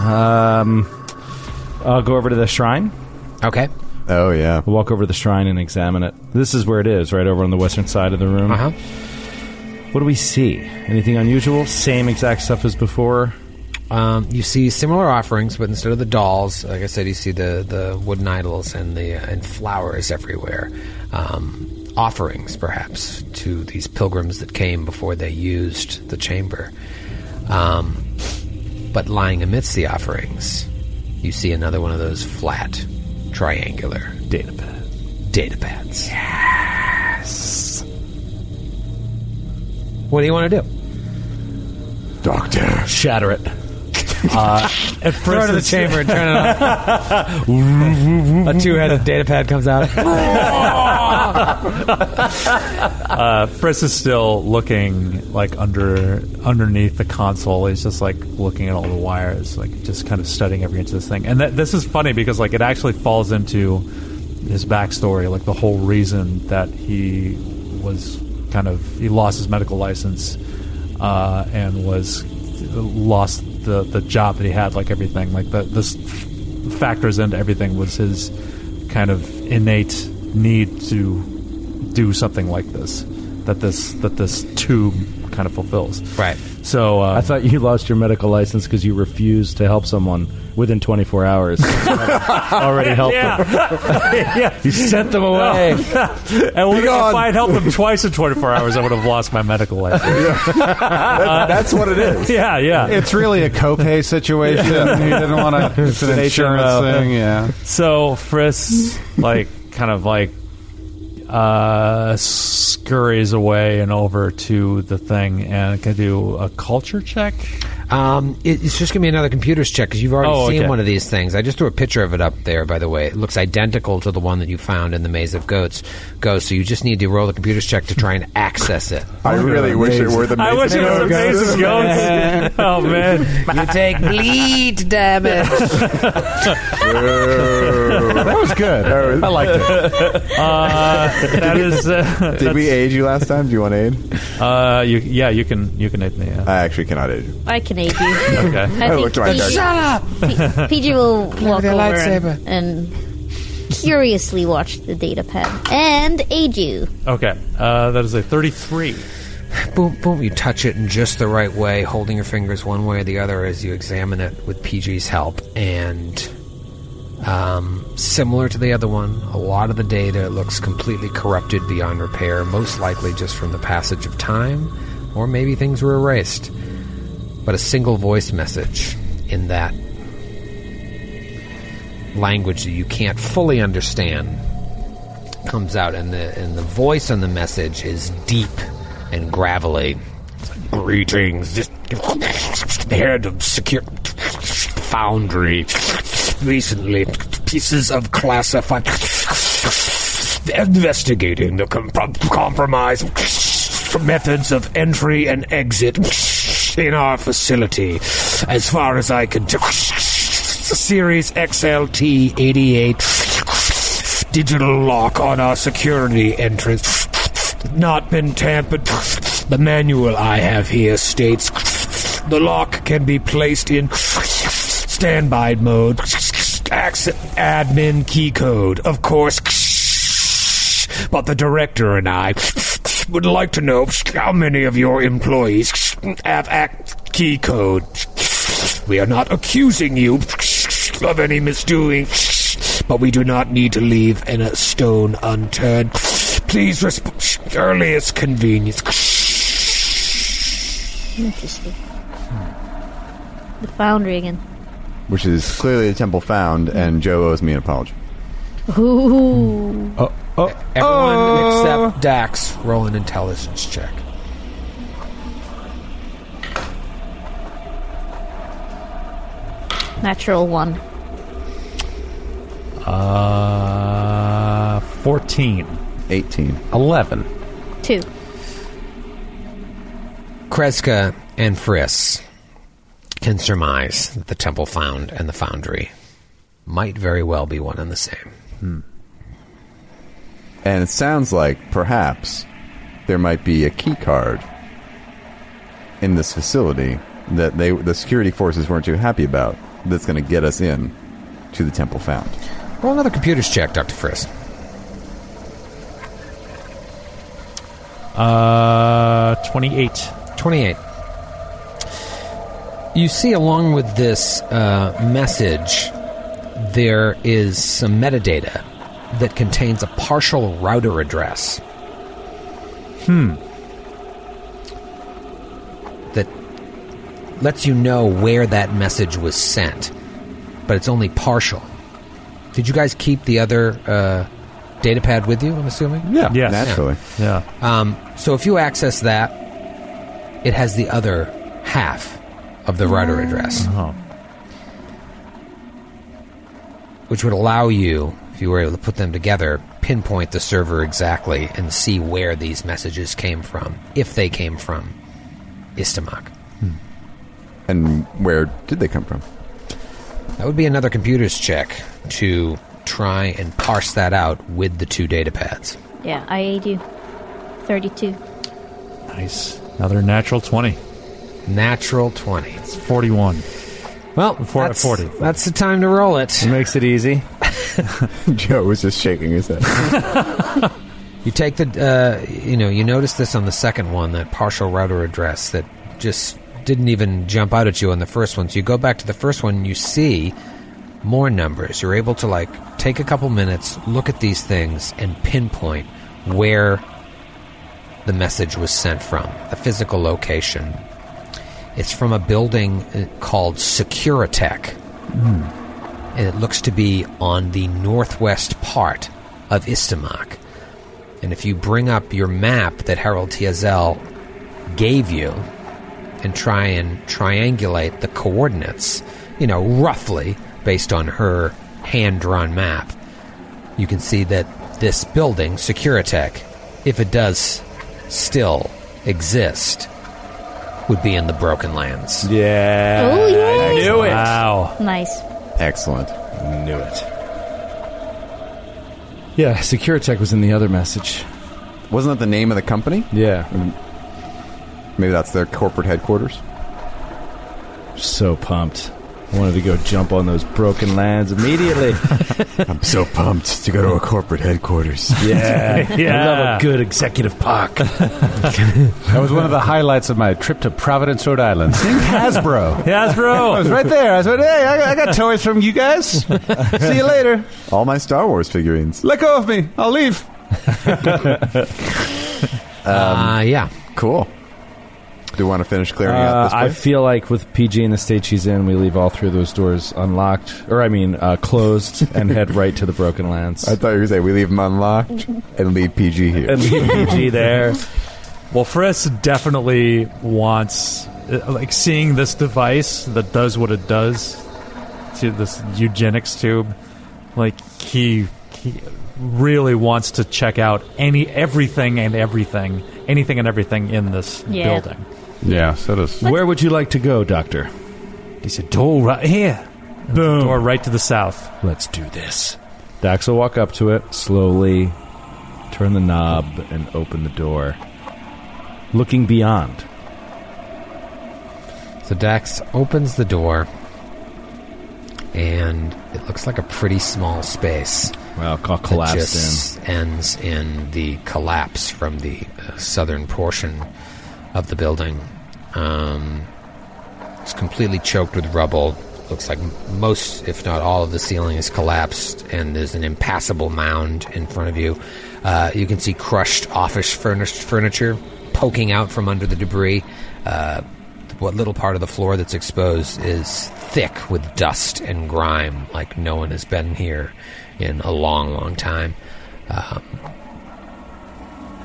Speaker 4: Um, I'll Uh, go over to the shrine.
Speaker 3: Okay.
Speaker 5: Oh yeah.
Speaker 4: I'll walk over to the shrine and examine it. This is where it is, right over on the western side of the room. Uh huh. What do we see? Anything unusual? Same exact stuff as before.
Speaker 3: Um, you see similar offerings, but instead of the dolls, like I said, you see the, the wooden idols and the uh, and flowers everywhere. Um, offerings, perhaps, to these pilgrims that came before they used the chamber. Um, but lying amidst the offerings, you see another one of those flat, triangular data pad. Data pads. Yes. What do you want to do?
Speaker 5: Doctor.
Speaker 10: Shatter it.
Speaker 7: (laughs)
Speaker 3: Uh, Throw it in the
Speaker 10: instance-
Speaker 3: chamber and turn it on. A two-headed data pad comes out.
Speaker 9: (laughs) Uh, Fritz is still looking like under underneath the console. He's just like looking at all the wires, like just kind of studying every inch of this thing. And that, this is funny because like it actually falls into his backstory, like the whole reason that he was kind of he lost his medical license uh, and was lost the the job that he had, like everything, like the this f- factors into everything was his kind of innate need to do something like this that this that this tube kind of fulfills.
Speaker 3: Right.
Speaker 9: So uh,
Speaker 10: I thought you lost your medical license because you refused to help someone within 24
Speaker 4: (laughs)
Speaker 9: (laughs)
Speaker 10: hours. Already helped
Speaker 9: Yeah. yeah.
Speaker 10: You sent them
Speaker 9: (laughs)
Speaker 10: away.
Speaker 9: and what- if I had helped them twice in 24 hours, I would have lost my medical (laughs) license.
Speaker 7: that's what it
Speaker 9: (laughs)
Speaker 7: is.
Speaker 9: Yeah, yeah.
Speaker 8: It's really a copay situation.
Speaker 9: Yeah.
Speaker 8: He didn't
Speaker 9: (laughs)
Speaker 8: want to. It's an
Speaker 9: It's an
Speaker 8: insurance
Speaker 9: HMO.
Speaker 8: thing. Yeah.
Speaker 9: So Friss like kind of like uh scurries away and over to the thing and can do a culture check.
Speaker 3: Um, it- it's just gonna be another computer's check because you've already
Speaker 9: Oh,
Speaker 3: seen
Speaker 9: okay.
Speaker 3: one of these things. I just threw a picture of it up there, by the way. It looks identical to the one that you found in the maze of goats. Ghosts. So you just need to roll the computer's check to try and access it.
Speaker 7: I really wish it were the
Speaker 9: I wish it was the maze of
Speaker 3: (laughs)
Speaker 9: goats. oh man.
Speaker 3: You take bleed damage.
Speaker 7: (laughs) that
Speaker 8: was good. I liked
Speaker 7: it.
Speaker 9: Uh, that is. Uh,
Speaker 7: (laughs) Did we aid you last time? Do you want aid?
Speaker 9: Uh, you, yeah, you can you can aid me.
Speaker 7: I actually cannot aid you.
Speaker 6: I can aid you.
Speaker 9: Okay.
Speaker 6: I
Speaker 7: I
Speaker 6: think
Speaker 7: looked right
Speaker 6: P-
Speaker 7: Shut
Speaker 3: up!
Speaker 6: P- PG will walk over
Speaker 3: your lightsaber.
Speaker 6: and, and curiously watch the data pad and aid you.
Speaker 9: Okay, uh, that is a 33.
Speaker 3: Boom, boom. You touch it in just the right way, holding your fingers one way or the other as you examine it with PG's help. And um, similar to the other one, a lot of the data looks completely corrupted beyond repair, most likely just from the passage of time, or maybe things were erased. But a single voice message in that language that you can't fully understand comes out, and the and the voice on the message is deep and gravelly. Greetings, this head of secure foundry. Recently, pieces of classified investigating the com- compromise methods of entry and exit in our facility. As far as I can tell, Series XLT 88 digital lock on our security entrance. Not been tampered. The manual I have here states the lock can be placed in standby mode. Access admin key code, of course. But the director and I would like to know how many of your employees have act key code. We are not accusing you of any misdoing, but we do not need to leave in a stone unturned. Please resp- earliest convenience.
Speaker 6: Interesting. The foundry again.
Speaker 7: Which is clearly the temple found, and Joe owes me an apology.
Speaker 6: Ooh.
Speaker 7: Oh, oh,
Speaker 3: Everyone except Dax, roll an intelligence check.
Speaker 6: Natural one.
Speaker 9: Uh, 14.
Speaker 7: 18.
Speaker 3: 11.
Speaker 6: Two.
Speaker 3: Kreska and Friss can surmise that the temple found and the foundry might very well be one and the same.
Speaker 7: And it sounds like perhaps there might be a key card in this facility that they the security forces weren't too happy about that's going to get us in to the temple found.
Speaker 3: Roll another computer's check, Dr. Friss.
Speaker 9: Uh, 28.
Speaker 3: 28. You see, along with this uh, message, there is some metadata that contains a partial router address.
Speaker 9: Hmm.
Speaker 3: that lets you know where that message was sent. but it's only partial. Did you guys keep the other uh, data pad with you? I'm assuming.
Speaker 7: Yeah, Yes. naturally.
Speaker 9: Yeah.
Speaker 3: Um, so if you access that, it has the other half of the router address,
Speaker 10: Oh.
Speaker 3: which would allow you, if you were able to put them together, pinpoint the server exactly and see where these messages came from, if they came from Istamak.
Speaker 7: And where did they come from? (laughs)
Speaker 3: That would be another computer's check to try and parse that out with the two data pads.
Speaker 6: Yeah, I aid you. 32.
Speaker 9: Nice. Another natural 20.
Speaker 3: Natural 20. It's
Speaker 9: 41.
Speaker 3: Well,
Speaker 9: that's- 40.
Speaker 3: That's the time to roll it. It
Speaker 10: makes it
Speaker 3: (laughs)
Speaker 10: easy.
Speaker 7: Joe was just shaking
Speaker 8: (laughs)
Speaker 7: his head.
Speaker 3: You take the, uh, you know, you notice this on the second one, that partial router address that just didn't even jump out at you on the first one. So you go back to the first one, you see more numbers. You're able to, like, take a couple minutes, look at these things, and pinpoint where the message was sent from, the physical location. It's from a building uh, called Securitech and it looks to be on the northwest part of Istamak. And if you bring up your map that Harold Tiazel gave you and try and triangulate the coordinates, you know, roughly based on her hand drawn map, you can see that this building, Securitech, if it does still exist, would be in the Broken Lands.
Speaker 10: Yeah.
Speaker 6: Oh, yeah.
Speaker 10: I knew it.
Speaker 9: Wow.
Speaker 6: Nice.
Speaker 7: Excellent.
Speaker 10: Knew it. Yeah, Securitech was in the other message.
Speaker 7: Wasn't that the name of the company?
Speaker 10: Yeah.
Speaker 7: Maybe that's their corporate headquarters.
Speaker 10: So pumped. I wanted to go jump on those broken lands immediately.
Speaker 7: (laughs) I'm so pumped to go to a corporate headquarters.
Speaker 10: (laughs)
Speaker 8: (laughs)
Speaker 10: Yeah. I love a good executive park.
Speaker 8: That was one of the highlights of my trip to Providence, Rhode Island. Think Hasbro.
Speaker 9: Hasbro.
Speaker 8: I was right there. I was like, hey, I got, I got toys from you guys.
Speaker 7: (laughs)
Speaker 8: See you later.
Speaker 7: All my Star Wars figurines. Um,
Speaker 8: Let
Speaker 7: (laughs)
Speaker 8: go of me. I'll (laughs) leave.
Speaker 3: uh, yeah.
Speaker 7: Cool. Do you want to finish clearing out
Speaker 10: Uh,
Speaker 7: this?
Speaker 10: I
Speaker 7: place?
Speaker 10: feel like with PG in the state she's in, we leave all three of those doors unlocked, or I mean, uh,
Speaker 7: (laughs)
Speaker 10: closed, and head right to the Broken Lands.
Speaker 7: I thought you were going to say we leave them unlocked and leave PG
Speaker 9: (laughs)
Speaker 7: here.
Speaker 10: And leave PG there.
Speaker 9: Well, Friss definitely wants, uh, like, seeing this device that does what it does to this eugenics tube. Like, he, he really wants to check out any everything and everything, anything and everything in this
Speaker 6: Yeah.
Speaker 9: building.
Speaker 8: Yeah, so does.
Speaker 10: Where would you like to go, Doctor?
Speaker 9: He said, door right here. Boom. Door right to the south.
Speaker 10: Let's do this. Dax will walk up to it slowly, turn the knob, and open the door. Looking beyond.
Speaker 3: So Dax opens the door, and it looks like a pretty small space.
Speaker 10: Wow, called
Speaker 3: that
Speaker 10: collapsed
Speaker 3: just Ends in the collapse from the uh, southern portion of the building. Um, it's completely choked with rubble. Looks like most, if not all, of the ceiling is collapsed, and there's an impassable mound in front of you. Uh, you can see crushed office furnished furniture poking out from under the debris. Uh, what little part of the floor that's exposed is thick with dust and grime, like no one has been here in a long, long time. Um,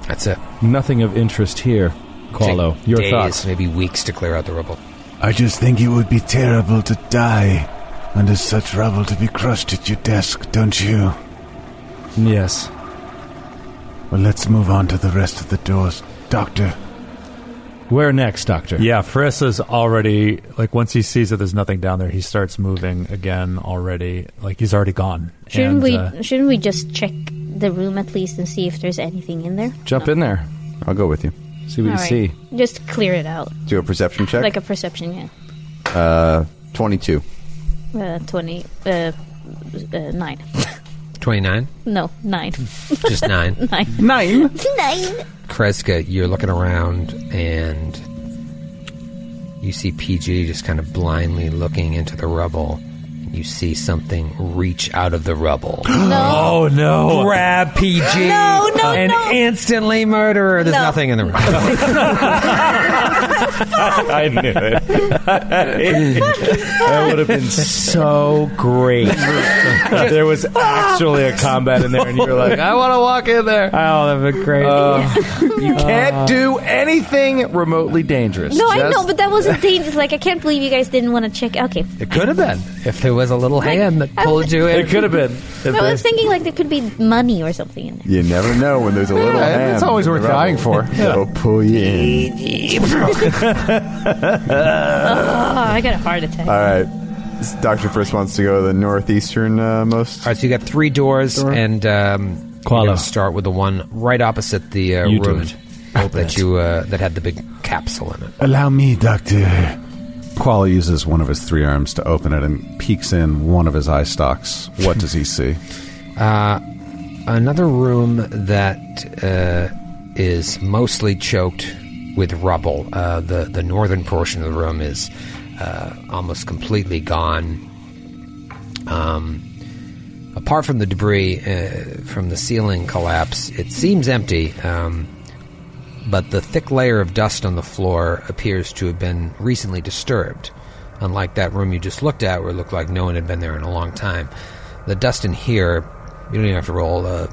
Speaker 3: that's it.
Speaker 10: Nothing of interest here, Qualo.
Speaker 3: Take
Speaker 10: Your
Speaker 3: days,
Speaker 10: thoughts?
Speaker 3: maybe weeks to clear out the rubble.
Speaker 14: I just think it would be terrible to die under such rubble to be crushed at your desk, don't you?
Speaker 10: Yes.
Speaker 14: Well, let's move on to the rest of the doors, Doctor.
Speaker 10: Where next, (laughs) Doctor?
Speaker 9: Yeah, Friss is already like once he sees that there's nothing down there, he starts moving again already. Like he's already gone.
Speaker 6: Shouldn't
Speaker 9: And,
Speaker 6: we (laughs)
Speaker 9: uh, (laughs)
Speaker 6: shouldn't we just check the room at least and see if there's anything in there?
Speaker 10: Jump in there.
Speaker 7: I'll go with you.
Speaker 10: See what
Speaker 6: All
Speaker 10: you
Speaker 6: right.
Speaker 10: see.
Speaker 6: Just clear it out.
Speaker 7: Do a perception check.
Speaker 6: Like a perception, yeah.
Speaker 7: uh, 22.
Speaker 6: Uh, 20, uh, uh, 9.
Speaker 3: 29?
Speaker 6: No, 9.
Speaker 3: (laughs) Just
Speaker 6: (laughs)
Speaker 3: nine.
Speaker 6: 9.
Speaker 8: Nine?
Speaker 6: 9.
Speaker 3: Kreska, you're looking around and you see PG just kind of blindly looking into the rubble. You see something reach out of the rubble.
Speaker 9: (gasps) No. Oh, no.
Speaker 3: Grab PG
Speaker 9: No, no,
Speaker 3: and instantly murder her. There's
Speaker 9: No.
Speaker 3: nothing in the room.
Speaker 10: I knew it.
Speaker 9: (laughs)
Speaker 10: that would have been so great. if (laughs) there was actually a combat in there, and you were like, I want to walk in there. Uh, Oh, that would be great. Uh. you can't do anything remotely dangerous.
Speaker 6: No, I
Speaker 10: Just-
Speaker 6: know, but that
Speaker 3: (laughs)
Speaker 6: wasn't dangerous. Like, I can't believe you guys didn't want to check. Okay.
Speaker 3: It could have been if there was a little hand that pulled you in.
Speaker 10: It could have been.
Speaker 6: I was thinking, like, there could be money or something in
Speaker 7: You never know when there's a little
Speaker 8: Yeah,
Speaker 7: hand.
Speaker 8: it's always
Speaker 7: in the
Speaker 8: worth
Speaker 7: rubble.
Speaker 8: dying
Speaker 7: (laughs)
Speaker 8: for.
Speaker 7: They'll pull you in.
Speaker 6: (laughs) Oh, I got a heart attack.
Speaker 7: All right. This Dr. First wants to go to the northeastern uh, most.
Speaker 3: All right, so you got three doors, and um, we're gonna start with the one right opposite the uh,
Speaker 14: You do
Speaker 3: room
Speaker 14: it.
Speaker 3: that you uh, that had the big capsule in it.
Speaker 14: Allow me, Doctor.
Speaker 8: Qual uses one of his three arms to open it and peeks in one of his eye stalks. What does he see?
Speaker 3: Uh, another room that uh, is mostly choked with rubble. Uh, the the northern portion of the room is uh, almost completely gone. Um, apart from the debris uh, from the ceiling collapse, it seems empty. Um, but the thick layer of dust on the floor appears to have been recently disturbed. Unlike that room you just looked at, where it looked like no one had been there in a long time, the dust in here, you don't even have to roll. Uh,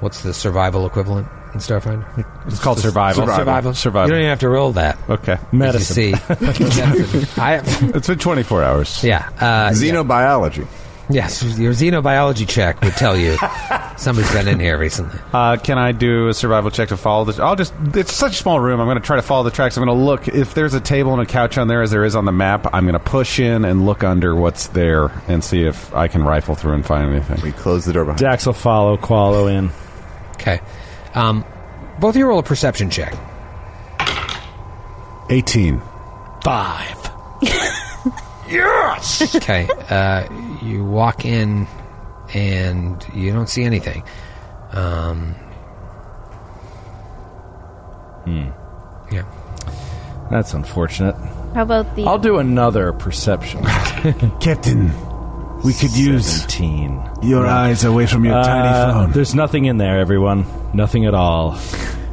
Speaker 3: what's the survival equivalent in Starfinder?
Speaker 8: It's called survival.
Speaker 3: Survival.
Speaker 8: Survival.
Speaker 3: You don't even have to roll that.
Speaker 8: Okay. (laughs)
Speaker 3: Medicine. see, I,
Speaker 8: it's been 24 hours.
Speaker 3: Yeah. Uh,
Speaker 7: Xenobiology.
Speaker 3: Yes, your xenobiology check would tell you somebody's been in here recently.
Speaker 8: Uh, can I do a survival check to follow this? I'll just. It's such a small room. I'm going to try to follow the tracks. I'm going to look. If there's a table and a couch on there, as there is on the map, I'm going to push in and look under what's there and see if I can rifle through and find anything.
Speaker 7: We close the door behind
Speaker 10: Dax will follow Qualo in.
Speaker 3: Okay. Um, both of you roll a perception check.
Speaker 8: 18.
Speaker 3: Five. yes. Okay. Uh, you walk in, and you don't see anything. Um,
Speaker 10: Hmm.
Speaker 3: Yeah.
Speaker 10: That's unfortunate.
Speaker 6: How about the.
Speaker 10: I'll do another
Speaker 14: (laughs)
Speaker 10: perception.
Speaker 14: Captain, we could use
Speaker 10: 17.
Speaker 14: your
Speaker 10: Yeah.
Speaker 14: eyes away from your tiny
Speaker 10: Uh,
Speaker 14: phone.
Speaker 10: There's nothing in there, everyone. Nothing
Speaker 14: (laughs)
Speaker 10: at all.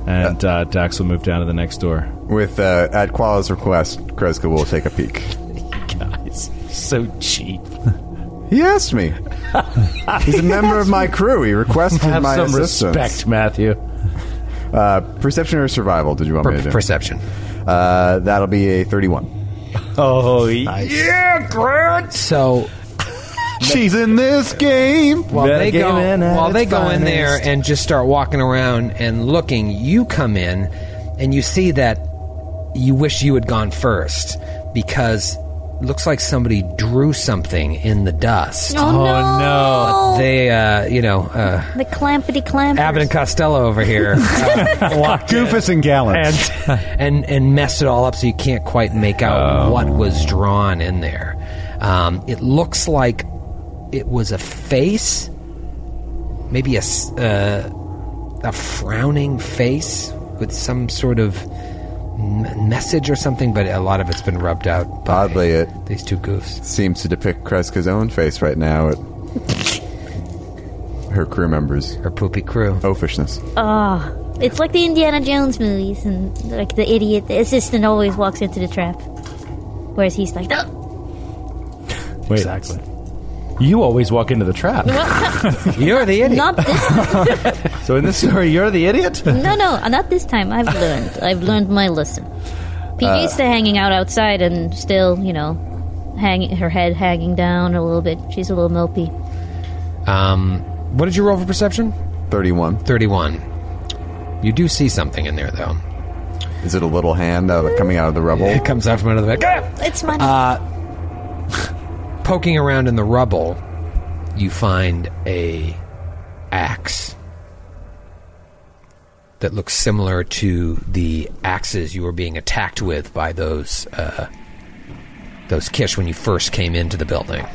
Speaker 10: And uh, Dax will move down to the next door.
Speaker 7: With uh, at Quala's request, Kreska will take a peek.
Speaker 10: Guys, so cheap.
Speaker 7: (laughs) He asked me.
Speaker 10: (laughs)
Speaker 7: He's a member of my crew. He requested
Speaker 10: Have
Speaker 7: my
Speaker 10: some
Speaker 7: assistance.
Speaker 10: respect, Matthew.
Speaker 7: Uh, perception or survival? Did you want me
Speaker 10: Per-
Speaker 7: to do
Speaker 3: perception?
Speaker 7: Uh, that'll be a thirty-one.
Speaker 10: Oh,
Speaker 8: yeah, Grant.
Speaker 3: So
Speaker 8: she's in this game.
Speaker 3: While they go, while they go in there and just start walking around and looking, you come in and you see that you wish you had gone first because looks like somebody drew something in the dust.
Speaker 6: Oh, Oh, no. no.
Speaker 3: But They, uh, you know, uh,
Speaker 6: The clampity clamp.
Speaker 3: Abbott and Costello over here, uh, walked
Speaker 8: Goofus and Gallants,
Speaker 3: and, and messed it all up so you can't quite make out what was drawn in there. Um, it looks like it was a face, maybe a s- uh, a frowning face with some sort of m- message or something, but a lot of it's been rubbed out. By
Speaker 7: Oddly, it
Speaker 3: these two goofs
Speaker 7: seems to depict Kreska's own face right now. At her crew members,
Speaker 3: her poopy crew,
Speaker 7: oafishness.
Speaker 6: Oh, it's like the Indiana Jones movies, and like the idiot, the assistant always walks into the trap. Whereas he's like, "Oh,
Speaker 10: Wait. Exactly. You always walk into the
Speaker 6: (laughs)
Speaker 10: trap.
Speaker 3: you're the idiot.
Speaker 6: not this,
Speaker 10: (laughs) So in this story, you're the idiot?
Speaker 6: no, no, not this time. I've learned. I've learned my lesson. PG's still hanging out outside and still, you know, hanging her head hanging down a little bit. She's a little mopey.
Speaker 3: Um, what did you roll for perception?
Speaker 7: 31.
Speaker 3: 31. You do see something in there, though.
Speaker 7: Is it a little hand out of, coming out of the
Speaker 3: (laughs)
Speaker 7: rubble? It
Speaker 3: comes out from under the back.
Speaker 6: It's money.
Speaker 3: Uh, poking around in the rubble, you find a axe that looks similar to the axes you were being attacked with by those uh, those Kish when you first came into the building.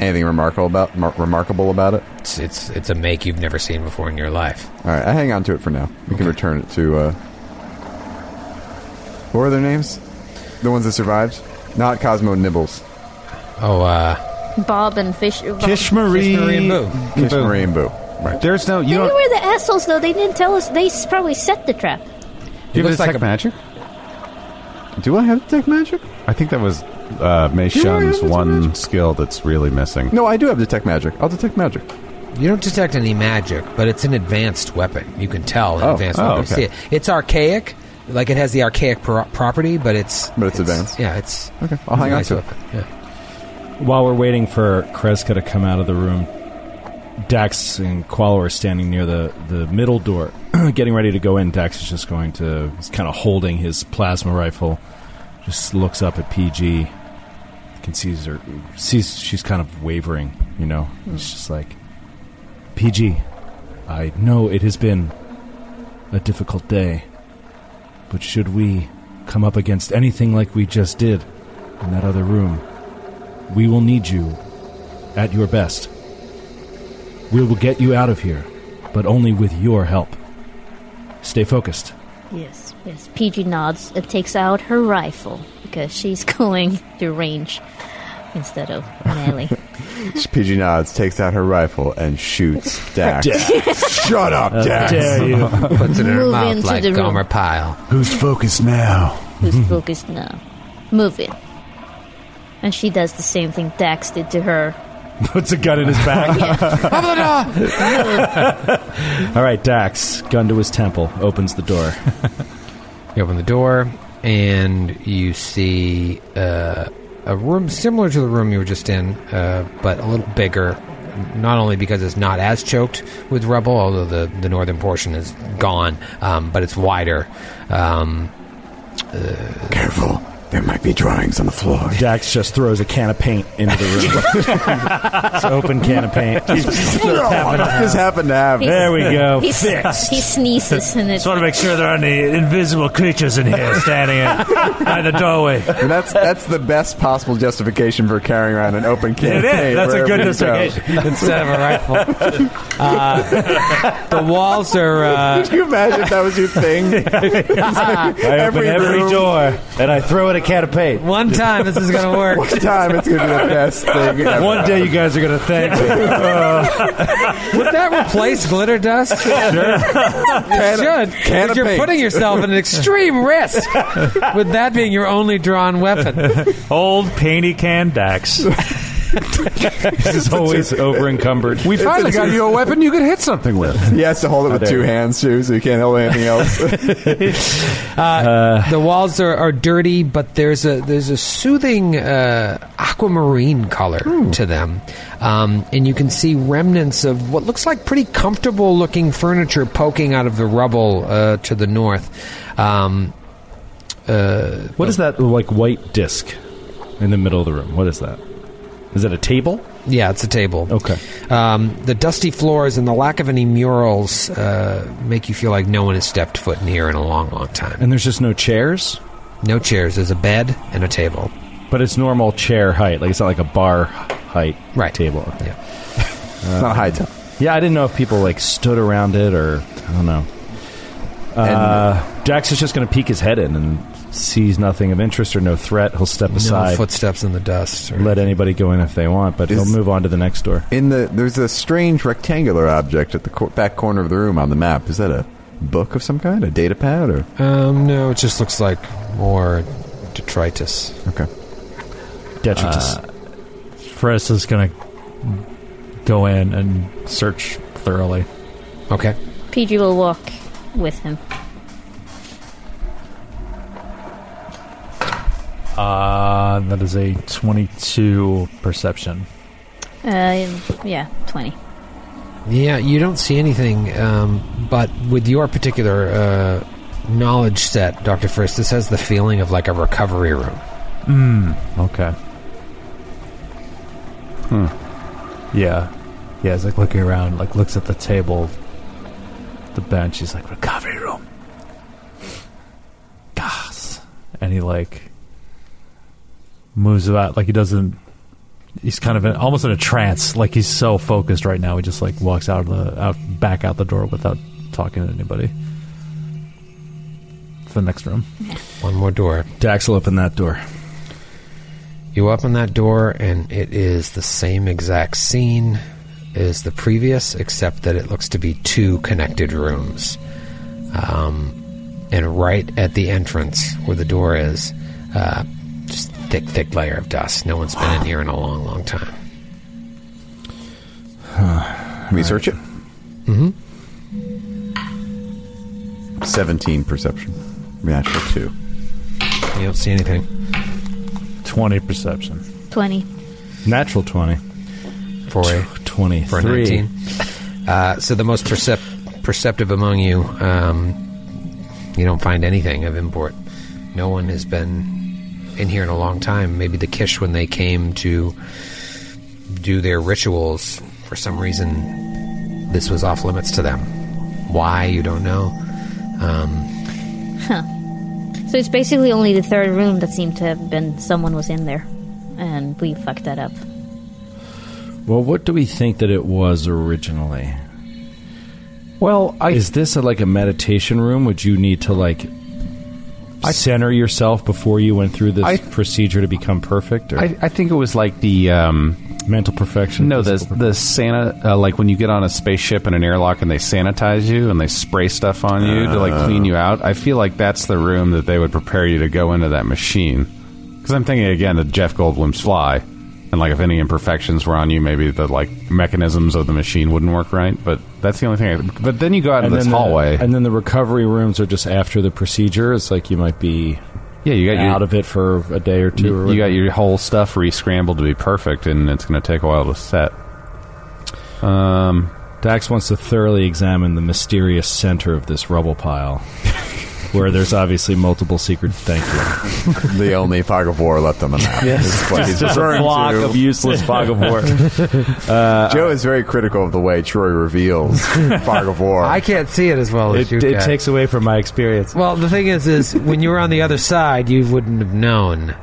Speaker 7: Anything remarkable about mar- remarkable about it?
Speaker 3: It's, it's it's a make you've never seen before in your life.
Speaker 7: All right, I hang on to it for now. We can return it to. Uh, what were their names? The ones that survived? Not Cosmo Nibbles.
Speaker 3: Oh, uh,
Speaker 6: Bob and Fish. Bob.
Speaker 8: Kish Marie.
Speaker 7: Kish Marie and Boo. Right.
Speaker 8: There's no.
Speaker 6: They
Speaker 8: You don't.
Speaker 6: were the assholes, though. They didn't tell us. They s- probably set the trap.
Speaker 8: Do you have detect magic?
Speaker 7: Do I have detect magic?
Speaker 8: I think that was uh, Mei
Speaker 7: Do I have
Speaker 8: Shun's
Speaker 7: detect
Speaker 8: one skill that's really missing.
Speaker 7: No, I do have detect magic. I'll detect magic.
Speaker 3: You don't detect any magic, but it's an advanced weapon. You can tell an
Speaker 7: Oh.
Speaker 3: advanced
Speaker 7: Oh,
Speaker 3: weapon. You
Speaker 7: okay.
Speaker 3: see it. It's archaic, like it has the archaic pro- property, but it's but it's, advanced. Yeah, it's okay.
Speaker 7: I'll hang on to it.
Speaker 4: While we're waiting for Kreska to come out of the room, Dax and Qualo are standing near the, the middle door, (clears throat) getting ready to go in. Dax is just going to, he's kind of holding his plasma rifle, just looks up at PG, can sees her, sees she's kind of wavering, you know. It's just like, PG, I know it has been a difficult day, but should we come up against anything like we just did in that other room, we will need you at your best. We will get you out of here, but only with your help. Stay focused.
Speaker 6: Yes, yes. PG nods and takes out her rifle because she's (laughs) going to range instead of
Speaker 7: (laughs)
Speaker 6: melee.
Speaker 7: PG nods, takes out her rifle, and shoots Dax.
Speaker 6: Dax.
Speaker 7: Shut up,
Speaker 6: How
Speaker 7: Dax.
Speaker 6: dare
Speaker 7: (laughs)
Speaker 6: you. Puts it in her Move mouth into like the room. Gomer
Speaker 3: Pyle.
Speaker 14: Who's focused now?
Speaker 6: Who's focused now? Move it. And she does the same thing Dax did to her.
Speaker 4: (laughs) Puts a gun in his back. (laughs) All right, Dax, gun to his temple, opens the (laughs) door.
Speaker 3: You open the door, and you see uh, a room similar to the room you were just in, uh, but a little bigger. Not only because it's not as choked with rubble, although the, the northern portion is gone, um, but it's wider. Um, uh,
Speaker 15: Careful. There might be drawings on the floor.
Speaker 4: Dax just throws a can of paint into the (laughs) room. it's an open can of paint.
Speaker 7: Just happened to have.
Speaker 4: There we go.
Speaker 6: He, s-
Speaker 4: Fixed.
Speaker 6: he sneezes and it's
Speaker 12: Just want to make sure there aren't any invisible creatures in here standing
Speaker 6: (laughs)
Speaker 12: in, by the doorway.
Speaker 7: And that's that's the best possible justification for carrying around an open can.
Speaker 12: It
Speaker 7: of
Speaker 12: is.
Speaker 7: paint
Speaker 12: That's a
Speaker 7: wherever
Speaker 12: good
Speaker 7: you go.
Speaker 6: (laughs)
Speaker 3: (laughs)
Speaker 12: justification.
Speaker 3: Instead of a rifle. Uh, (laughs) the walls are. Uh,
Speaker 7: Could you imagine if that was
Speaker 4: (laughs)
Speaker 7: your
Speaker 3: (laughs)
Speaker 7: thing?
Speaker 4: I open every
Speaker 7: room.
Speaker 4: door and I throw in a can of paint.
Speaker 3: One time this is
Speaker 4: (laughs)
Speaker 3: going to work.
Speaker 7: One time it's gonna be the best thing. Ever.
Speaker 4: One day you guys are going to thank me.
Speaker 3: (laughs) Would that replace glitter
Speaker 4: (laughs)
Speaker 3: dust? It should.
Speaker 4: can
Speaker 3: but
Speaker 4: of
Speaker 3: you're
Speaker 4: paint.
Speaker 3: putting yourself at an
Speaker 4: (laughs)
Speaker 3: extreme risk with that being your only drawn weapon.
Speaker 9: (laughs) Old painty can
Speaker 3: (laughs)
Speaker 9: Dax.
Speaker 4: He's always over encumbered.
Speaker 8: We
Speaker 7: It's
Speaker 8: finally
Speaker 7: a-
Speaker 8: got you a weapon you could hit something with.
Speaker 7: He has to hold it with
Speaker 8: there
Speaker 7: two
Speaker 8: you go.
Speaker 7: hands too, so he can't hold anything else.
Speaker 3: (laughs) Uh, the walls are, are dirty, but there's a there's a soothing uh, aquamarine color
Speaker 4: Hmm.
Speaker 3: to them, um, and you can see remnants of what looks like pretty comfortable looking furniture poking out of the rubble uh, to the north. Um, uh,
Speaker 4: What is that like white disc in the middle of the room? What is that? Is that a table?
Speaker 3: Yeah, it's a table.
Speaker 4: Okay.
Speaker 3: Um, the dusty floors and the lack of any murals uh, make you feel like no one has stepped foot in here in a long, long time.
Speaker 4: And there's just no chairs?
Speaker 3: No chairs. There's a bed and a table.
Speaker 4: But it's normal chair height. Like it's not like a bar height right. table. (laughs)
Speaker 3: Yeah.
Speaker 4: it's
Speaker 7: not a high top.
Speaker 4: Yeah, I didn't know if people like stood around it or I don't know. Uh, Dax is just going to peek his head in and sees nothing of interest or no threat. He'll step aside.
Speaker 3: footsteps in the dust.
Speaker 4: let anybody go in if they want, but he'll
Speaker 7: Is-
Speaker 4: move on to the next door.
Speaker 7: In the there's a strange rectangular object at the cor- back corner of the room on the map. Is that a book of some kind, a data pad, or
Speaker 3: Um, no, it just looks like more
Speaker 7: (sighs)
Speaker 3: detritus.
Speaker 7: Okay.
Speaker 4: Detritus.
Speaker 9: Uh, Fris is gonna go in and search thoroughly.
Speaker 3: Okay.
Speaker 6: PG will walk with him.
Speaker 9: Uh, that is a 22 perception.
Speaker 6: Uh, yeah, 20.
Speaker 3: Yeah, you don't see anything, um, but with your particular uh, knowledge set, Dr. First, this has the feeling of like a recovery room.
Speaker 9: Hmm. Okay.
Speaker 8: Hmm.
Speaker 9: Yeah. Yeah, he's like looking around, like looks at the table, the bench. He's like, recovery room. Gas. And he like moves about, like he doesn't. He's kind of in, almost in a trance. Like he's so focused right now. He just like walks out of the out back out the door without talking to anybody. To the next room.
Speaker 3: One more door.
Speaker 4: Dax will open that door.
Speaker 3: You open that door, and it is the same exact scene as the previous, except that it looks to be two connected rooms. Um, and right at the entrance where the door is, uh, just thick, thick layer of dust. No one's been in here in a long, long time.
Speaker 7: Research it. Mm-hmm.
Speaker 3: Mm-hmm.
Speaker 7: Seventeen perception. Natural two.
Speaker 3: You don't see anything.
Speaker 9: Twenty perception.
Speaker 6: Twenty.
Speaker 4: Natural 20.
Speaker 3: For a
Speaker 4: 20.
Speaker 3: for a 19. Uh, so the most percep- perceptive among you, um, you don't find anything of import. No one has been in here in a long time. Maybe the Kish, when they came to do their rituals, for some reason, this was off limits to them. Why, you don't know. Um,
Speaker 6: Huh. So it's basically only the third room that seemed to have been someone was in there, and we fucked that up.
Speaker 4: Well, what do we think that it was originally? Well, I is this a, like a meditation room? Would you need to like center yourself before you went through this
Speaker 8: I-
Speaker 4: procedure to become perfect? Or?
Speaker 8: I, I think it was like the um,
Speaker 4: mental perfection.
Speaker 8: No, the the Santa uh, like when you get on a spaceship in an airlock and they sanitize you and they spray stuff on you to like
Speaker 4: Oh.
Speaker 8: clean you out. I feel like that's the room that they would prepare you to go into that machine. Because I'm thinking again of Jeff Goldblum's Fly, and like if any imperfections were on you, maybe the like mechanisms of the machine wouldn't work right. But that's the only thing. I, but then you go out in
Speaker 4: and
Speaker 8: this
Speaker 4: then
Speaker 8: hallway.
Speaker 4: the, and then the recovery rooms are just after the procedure. It's like you might be
Speaker 8: yeah, you got your-
Speaker 4: out of it for a day or two. or
Speaker 8: you, you
Speaker 4: whatever.
Speaker 8: got your whole stuff re-scrambled to be perfect, and it's going to take a while to set.
Speaker 4: Um, Dax wants to thoroughly examine the mysterious center of this rubble pile, (laughs) where there's obviously multiple secret. Thank you.
Speaker 7: (laughs) the only fog of war left on the
Speaker 3: (laughs)
Speaker 7: map.
Speaker 4: Yes.
Speaker 7: This is what he's
Speaker 4: Just a
Speaker 7: referring
Speaker 4: block
Speaker 7: to.
Speaker 4: of useless fog of
Speaker 7: (laughs)
Speaker 4: war.
Speaker 3: Uh,
Speaker 7: Joe is very critical of the way Troy
Speaker 3: (laughs)
Speaker 7: reveals fog of war.
Speaker 3: I can't see it as well as
Speaker 4: It,
Speaker 3: you
Speaker 4: it
Speaker 3: can.
Speaker 4: takes away from my experience.
Speaker 3: Well, the thing is, is when you were on the other side, you wouldn't have known,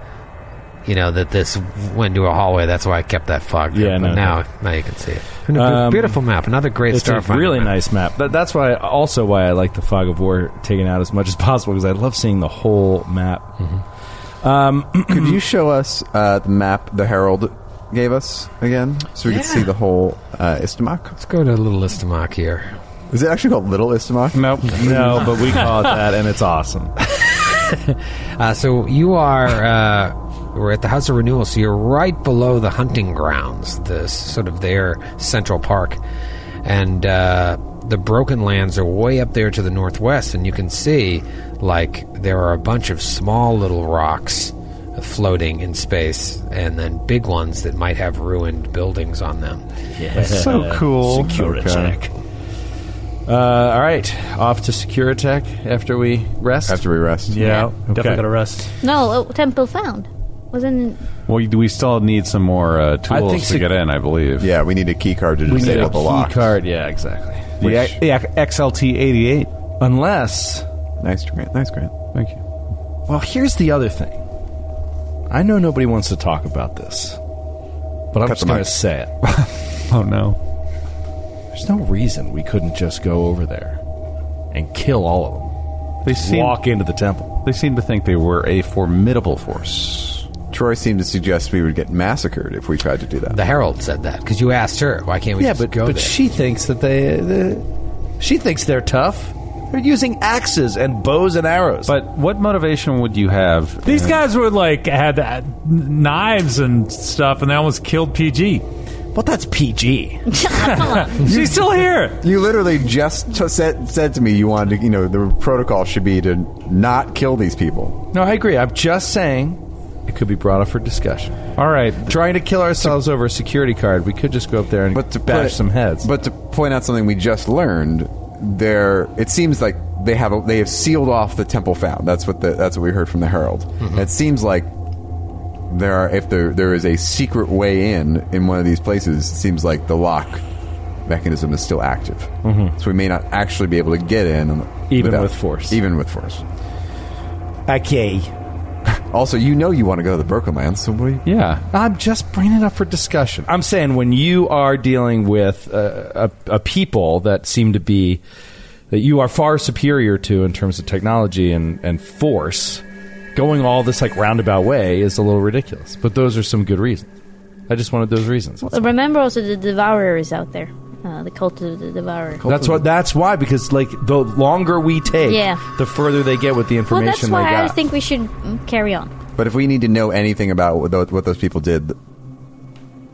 Speaker 3: you know, that this went to a hallway. That's why I kept that fogged. up.
Speaker 4: Yeah,
Speaker 3: But
Speaker 4: no,
Speaker 3: now,
Speaker 4: no.
Speaker 3: now you can see it. And a be- beautiful map. Another great
Speaker 4: Um, it's
Speaker 3: Starfinder
Speaker 4: a really
Speaker 3: map.
Speaker 4: nice map. But that's why, also why I like the fog of war taken out as (laughs) much as possible because I love seeing the whole map.
Speaker 3: Mm-hmm.
Speaker 4: (clears throat)
Speaker 7: Um, could you show us uh, the map the Herald gave us again, so we could see the whole uh, Istamach? Let's
Speaker 3: go to Little Istamach here.
Speaker 7: Is it actually called Little Istamach? (laughs)
Speaker 8: Nope.
Speaker 4: no, but we call it that, and it's awesome.
Speaker 3: (laughs) Uh, so you are uh, we're at the House of Renewal, so you're right below the hunting grounds, the s- sort of their central park, and uh, the Broken Lands are way up there to the northwest, and you can see like there are a bunch of small little rocks floating in space, and then big ones that might have ruined buildings on them.
Speaker 4: Yeah. So cool. Secure attack. Uh, all right, off to secure attack after we rest. After
Speaker 7: we rest,
Speaker 4: yeah,
Speaker 9: definitely gotta
Speaker 4: rest.
Speaker 6: No, oh, temple found. Wasn't
Speaker 8: Well, do we still need some more uh, tools to
Speaker 6: think sec-
Speaker 8: get in? I believe.
Speaker 7: Yeah, we need a key card to
Speaker 4: We need a
Speaker 8: disable the
Speaker 4: key
Speaker 8: lock.
Speaker 4: card. Yeah, exactly.
Speaker 8: The
Speaker 4: XLT eighty eight. Unless
Speaker 7: nice grant, nice grant.
Speaker 8: Thank you.
Speaker 4: Well, here's the other thing. I know nobody wants to talk about this, but I'm
Speaker 8: Cut
Speaker 4: just
Speaker 8: the
Speaker 4: going to
Speaker 8: mic.
Speaker 4: say it. (laughs)
Speaker 8: oh no!
Speaker 4: There's no reason we couldn't just go over there and kill all of them.
Speaker 8: They
Speaker 4: Just
Speaker 8: seem-
Speaker 4: walk into the temple.
Speaker 8: They seem to think they were a formidable force.
Speaker 7: Troy seemed to suggest we would get massacred if we tried to do that.
Speaker 3: The Herald said that because you asked her, "Why can't we
Speaker 4: yeah,
Speaker 3: just
Speaker 4: but
Speaker 3: go
Speaker 4: but
Speaker 7: (laughs)
Speaker 3: there?"
Speaker 4: she thinks that they, the she thinks they're tough. They're using axes and bows and arrows.
Speaker 8: But what motivation would you have?
Speaker 9: These
Speaker 8: in-
Speaker 9: guys were like had uh, knives and stuff, and they almost killed PG.
Speaker 4: Well, that's PG.
Speaker 9: She's still here.
Speaker 7: You literally just t- said said to me you wanted to, you know, the protocol should be to not kill these people.
Speaker 4: No, I agree. I'm just saying it could be brought up for discussion.
Speaker 8: All right,
Speaker 4: trying to kill ourselves over a security card. We could just go up there and
Speaker 7: But to
Speaker 4: bash
Speaker 7: put-
Speaker 4: some heads.
Speaker 7: But to point out something we just learned, there it seems like they have a, they have sealed off the temple found. That's what the, that's what we heard from the herald.
Speaker 4: Mm-hmm.
Speaker 7: It seems like there are if there there is a secret way in in one of these places. It seems like the lock mechanism is still active,
Speaker 4: Mhm.
Speaker 7: so we may not actually be able to get in
Speaker 4: Even with force.
Speaker 7: Even with force.
Speaker 4: Okay.
Speaker 7: (laughs) Also, you know you want to go to the Broken Lands, so we
Speaker 8: yeah.
Speaker 4: I'm just bringing it up for discussion. I'm saying when you are dealing with uh, a, a people that seem to be that you are far superior to in terms of technology and, and force, going all this like roundabout way is a little ridiculous. But those are some good reasons. I just wanted those reasons.
Speaker 6: Well, remember also the Devourer is out there. Uh, the cult of the Devourer.
Speaker 4: That's what. That's why. Because like the longer we take,
Speaker 6: Yeah.
Speaker 4: the further they get with the
Speaker 6: Well,
Speaker 4: information.
Speaker 6: that's
Speaker 7: they
Speaker 6: why I
Speaker 7: got.
Speaker 6: think we should mm, carry on.
Speaker 7: But if we need to know anything about what those, what those people did,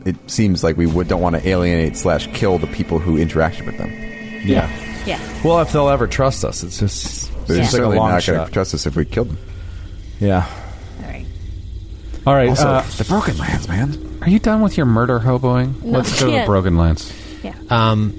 Speaker 7: it seems like we would don't want to alienate slash kill the people who interacted with them.
Speaker 4: Yeah.
Speaker 6: Yeah.
Speaker 4: Well, if they'll ever trust us, it's just it's just
Speaker 7: They're
Speaker 4: like a
Speaker 7: certainly
Speaker 4: long
Speaker 7: not going
Speaker 4: shot.
Speaker 7: to trust us if we killed them.
Speaker 4: Yeah.
Speaker 6: All right.
Speaker 4: All right.
Speaker 7: Also,
Speaker 8: uh,
Speaker 7: the Broken Lands, man.
Speaker 8: Are you done with your murder hoboing?
Speaker 6: No.
Speaker 8: Let's go to
Speaker 6: Yeah.
Speaker 8: the Broken Lands.
Speaker 3: Um,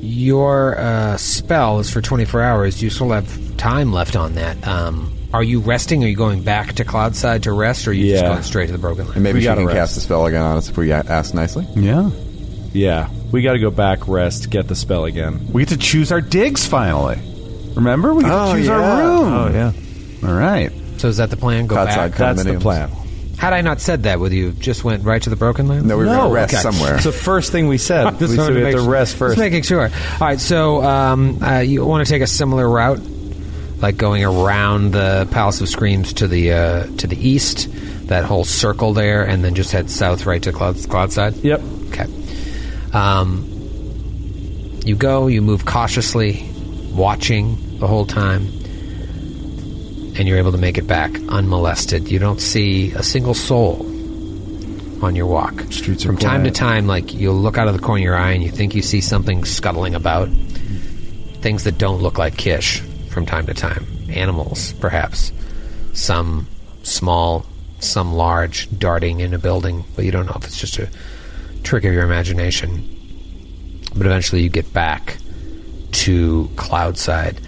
Speaker 3: your uh, spell is for 24 hours. You still have time left on that. Um, are you resting? Are you going back to Cloudside to rest, or are you just
Speaker 7: Yeah.
Speaker 3: going straight to the Broken Land?
Speaker 7: And maybe she can cast the spell again on us if we a- ask nicely.
Speaker 8: Yeah.
Speaker 4: Yeah. We got to go back, rest, get the spell again.
Speaker 8: We get to choose our digs finally. Remember, we get
Speaker 4: Oh,
Speaker 8: to choose
Speaker 4: yeah.
Speaker 8: our room.
Speaker 4: Oh, yeah.
Speaker 8: All right.
Speaker 3: So is that the plan? Go back. Had I not said that, would you have just went right to the Broken Land?
Speaker 7: No, we were
Speaker 4: No,
Speaker 7: going to rest
Speaker 3: okay.
Speaker 7: somewhere.
Speaker 4: It's the first thing we
Speaker 3: (laughs)
Speaker 4: said. we
Speaker 3: Just
Speaker 4: said
Speaker 3: wanted
Speaker 4: we
Speaker 3: to
Speaker 4: had
Speaker 3: make
Speaker 4: to
Speaker 3: su-
Speaker 4: rest first.
Speaker 3: Just making sure. All right, so um, uh, you want to take a similar route, like going around the Palace of Screams to the uh, to the east, that whole circle there, and then just head south right to Cloud, Cloudside.
Speaker 4: Yep.
Speaker 3: Okay. Um, you go. You move cautiously, watching the whole time, and you're able to make it back unmolested. You don't see a single soul on your walk. Streets From time to
Speaker 4: quiet.
Speaker 3: time, like you'll look out of the corner of your eye and you think you see something scuttling about. Things that don't look like Kish from time to time. Animals, perhaps. Some small, some large, darting in a building, but you don't know if it's just a trick of your imagination. But eventually you get back to Cloudside.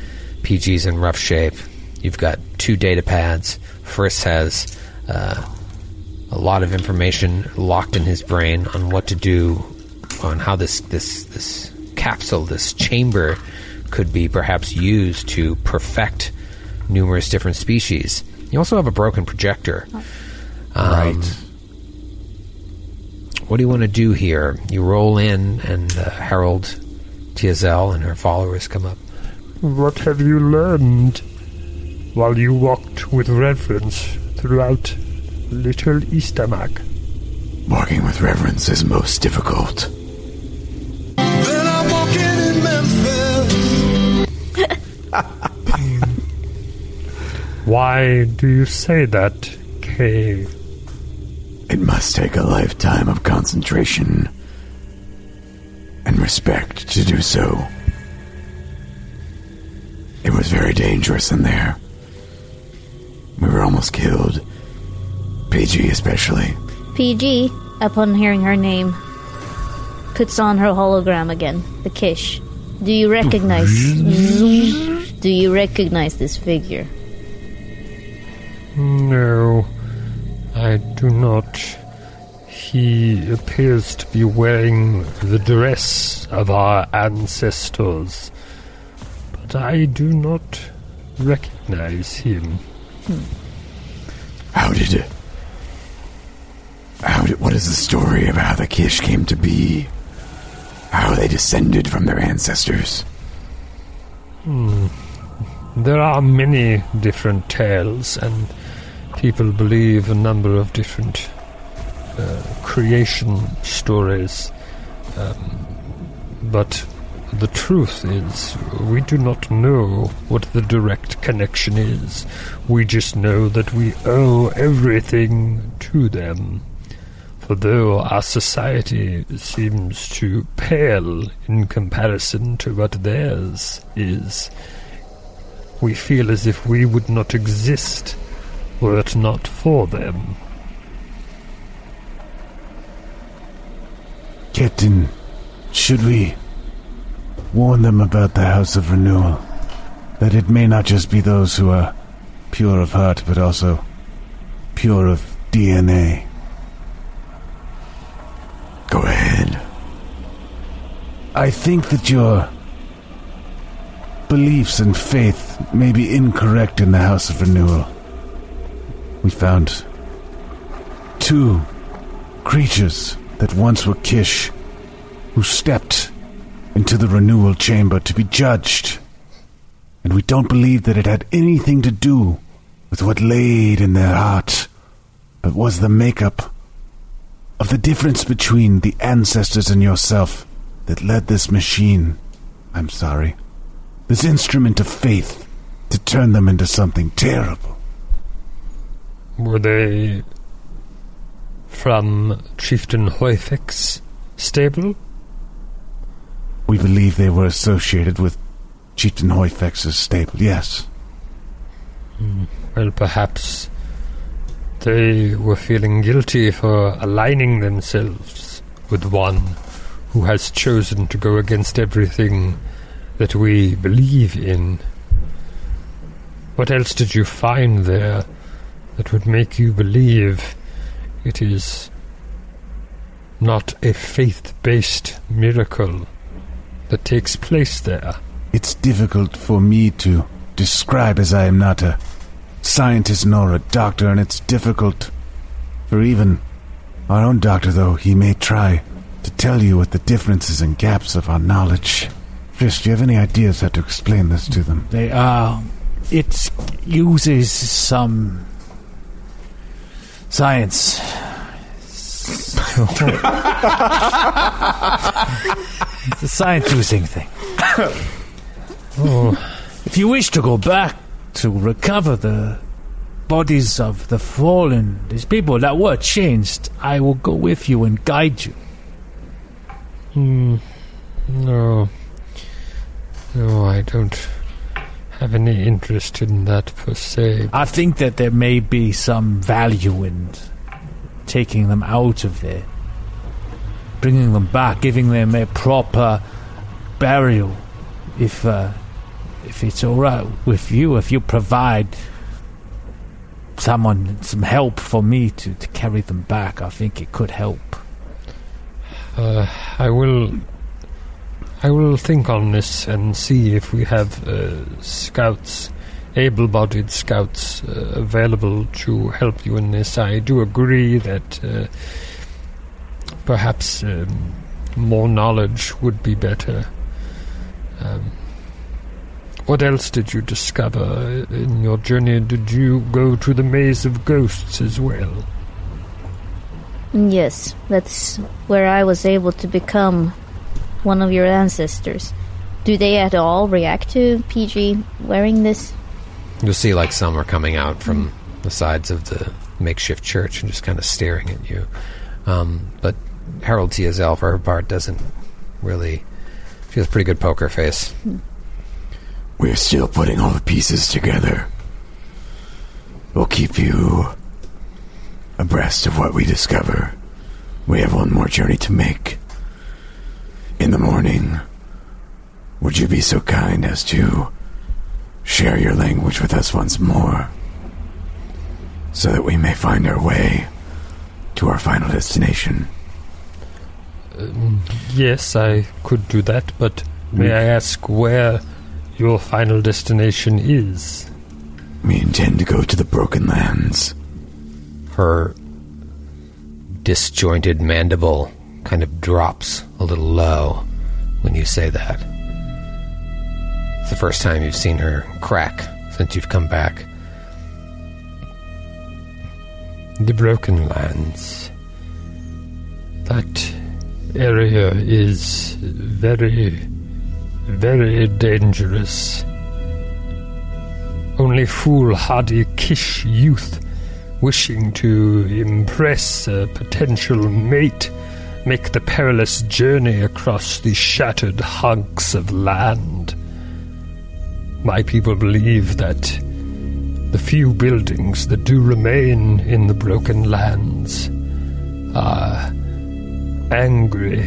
Speaker 3: PG's in rough shape. You've got two data pads. Frisk has uh, a lot of information locked in his brain on what to do, on how this this this capsule, this chamber, could be perhaps used to perfect numerous different species. You also have a broken projector. right. What do you want to do here? You roll in, and uh, Harold Tiazel and her followers come up.
Speaker 16: What have you learned while you walked with reverence throughout Little Istamak?
Speaker 5: Walking with reverence is most difficult.
Speaker 6: (laughs)
Speaker 16: Why do you say that, Kay?
Speaker 5: It must take a lifetime of concentration and respect to do so. It was very dangerous in there. We were almost killed. PG, especially.
Speaker 6: PG, upon hearing her name, puts on her hologram again, the Kish. Do you recognize? Zoom. Do you recognize this figure?
Speaker 16: No, I do not. He appears to be wearing the dress of our ancestors, but I do not recognize him.
Speaker 5: How did it? How did, what is the story of how the Kish came to be? How they descended from their ancestors?
Speaker 16: Hmm. There are many different tales, and people believe a number of different uh, creation stories. Um, but the truth is, we do not know what the direct connection is. We just know that we owe everything to them. For though our society seems to pale in comparison to what theirs is, we feel as if we would not exist were it not for them.
Speaker 14: Captain, should we warn them about the House of Renewal? That it may not just be those who are pure of heart, but also pure of DNA.
Speaker 5: Go ahead.
Speaker 14: I think that your beliefs and faith may be incorrect in the House of Renewal. We found two creatures that once were Kish, who stepped into the renewal chamber to be judged. And we don't believe that it had anything to do with with what laid in their heart, but was the makeup of the difference between the ancestors and yourself that led this machine, I'm sorry, this instrument of faith, to turn them into something terrible.
Speaker 16: Were they from Chieftain Hoyfik's stable?
Speaker 14: We believe they were associated with Chieftain Hoyfex's stable, yes.
Speaker 16: Hmm, Well, perhaps they were feeling guilty for aligning themselves with one who has chosen to go against everything that we believe in. What else did you find there that would make you believe it is not a faith based miracle that takes place there?
Speaker 14: It's difficult for me to describe as I am not a scientist nor a doctor, and it's difficult for even our own doctor, though he may try to tell you what the differences and gaps of our knowledge. Frisk, do you have any ideas how to explain this to them?
Speaker 12: They are. uh, It uses some science. it's a science using thing. If you wish to go back to recover the bodies of the fallen, these people that were changed, I will go with you and guide you.
Speaker 16: Hmm. No. No, I don't have any interest in that per se.
Speaker 12: I think that there may be some value in taking them out of there, bringing them back, giving them a proper burial. If uh, if it's all right with you, if you provide someone some help for me to, to carry them back, I think it could help.
Speaker 16: Uh, I will. I will think on this and see if we have uh, scouts, able-bodied scouts, uh, available to help you in this. I do agree that uh, perhaps um, more knowledge would be better. Um, what else did you discover in your journey? Did you go to the maze of ghosts as well?
Speaker 6: Yes, that's where I was able to become one of your ancestors. Do they at all react to PG wearing this?
Speaker 17: You'll see like some are coming out from the sides of the makeshift church and just kind of staring at you. Um, but Harold Tiazel, for her part, doesn't really. She has a pretty good poker face.
Speaker 5: We're still putting all the pieces together. We'll keep you abreast of what we discover. We have one more journey to make. In the morning, would you be so kind as to share your language with us once more so that we may find our way to our final destination?
Speaker 16: Um, yes, I could do that, but may I ask where your final destination is?
Speaker 5: We intend to go to the Broken Lands.
Speaker 17: Her disjointed mandible kind of drops a little low when you say that. It's the first time you've seen her crack since you've come back.
Speaker 16: The Broken Lands. That area is very, very dangerous. Only foolhardy Kish youth wishing to impress a potential mate make the perilous journey across the shattered hunks of land. My people believe that the few buildings that do remain in the broken lands are angry.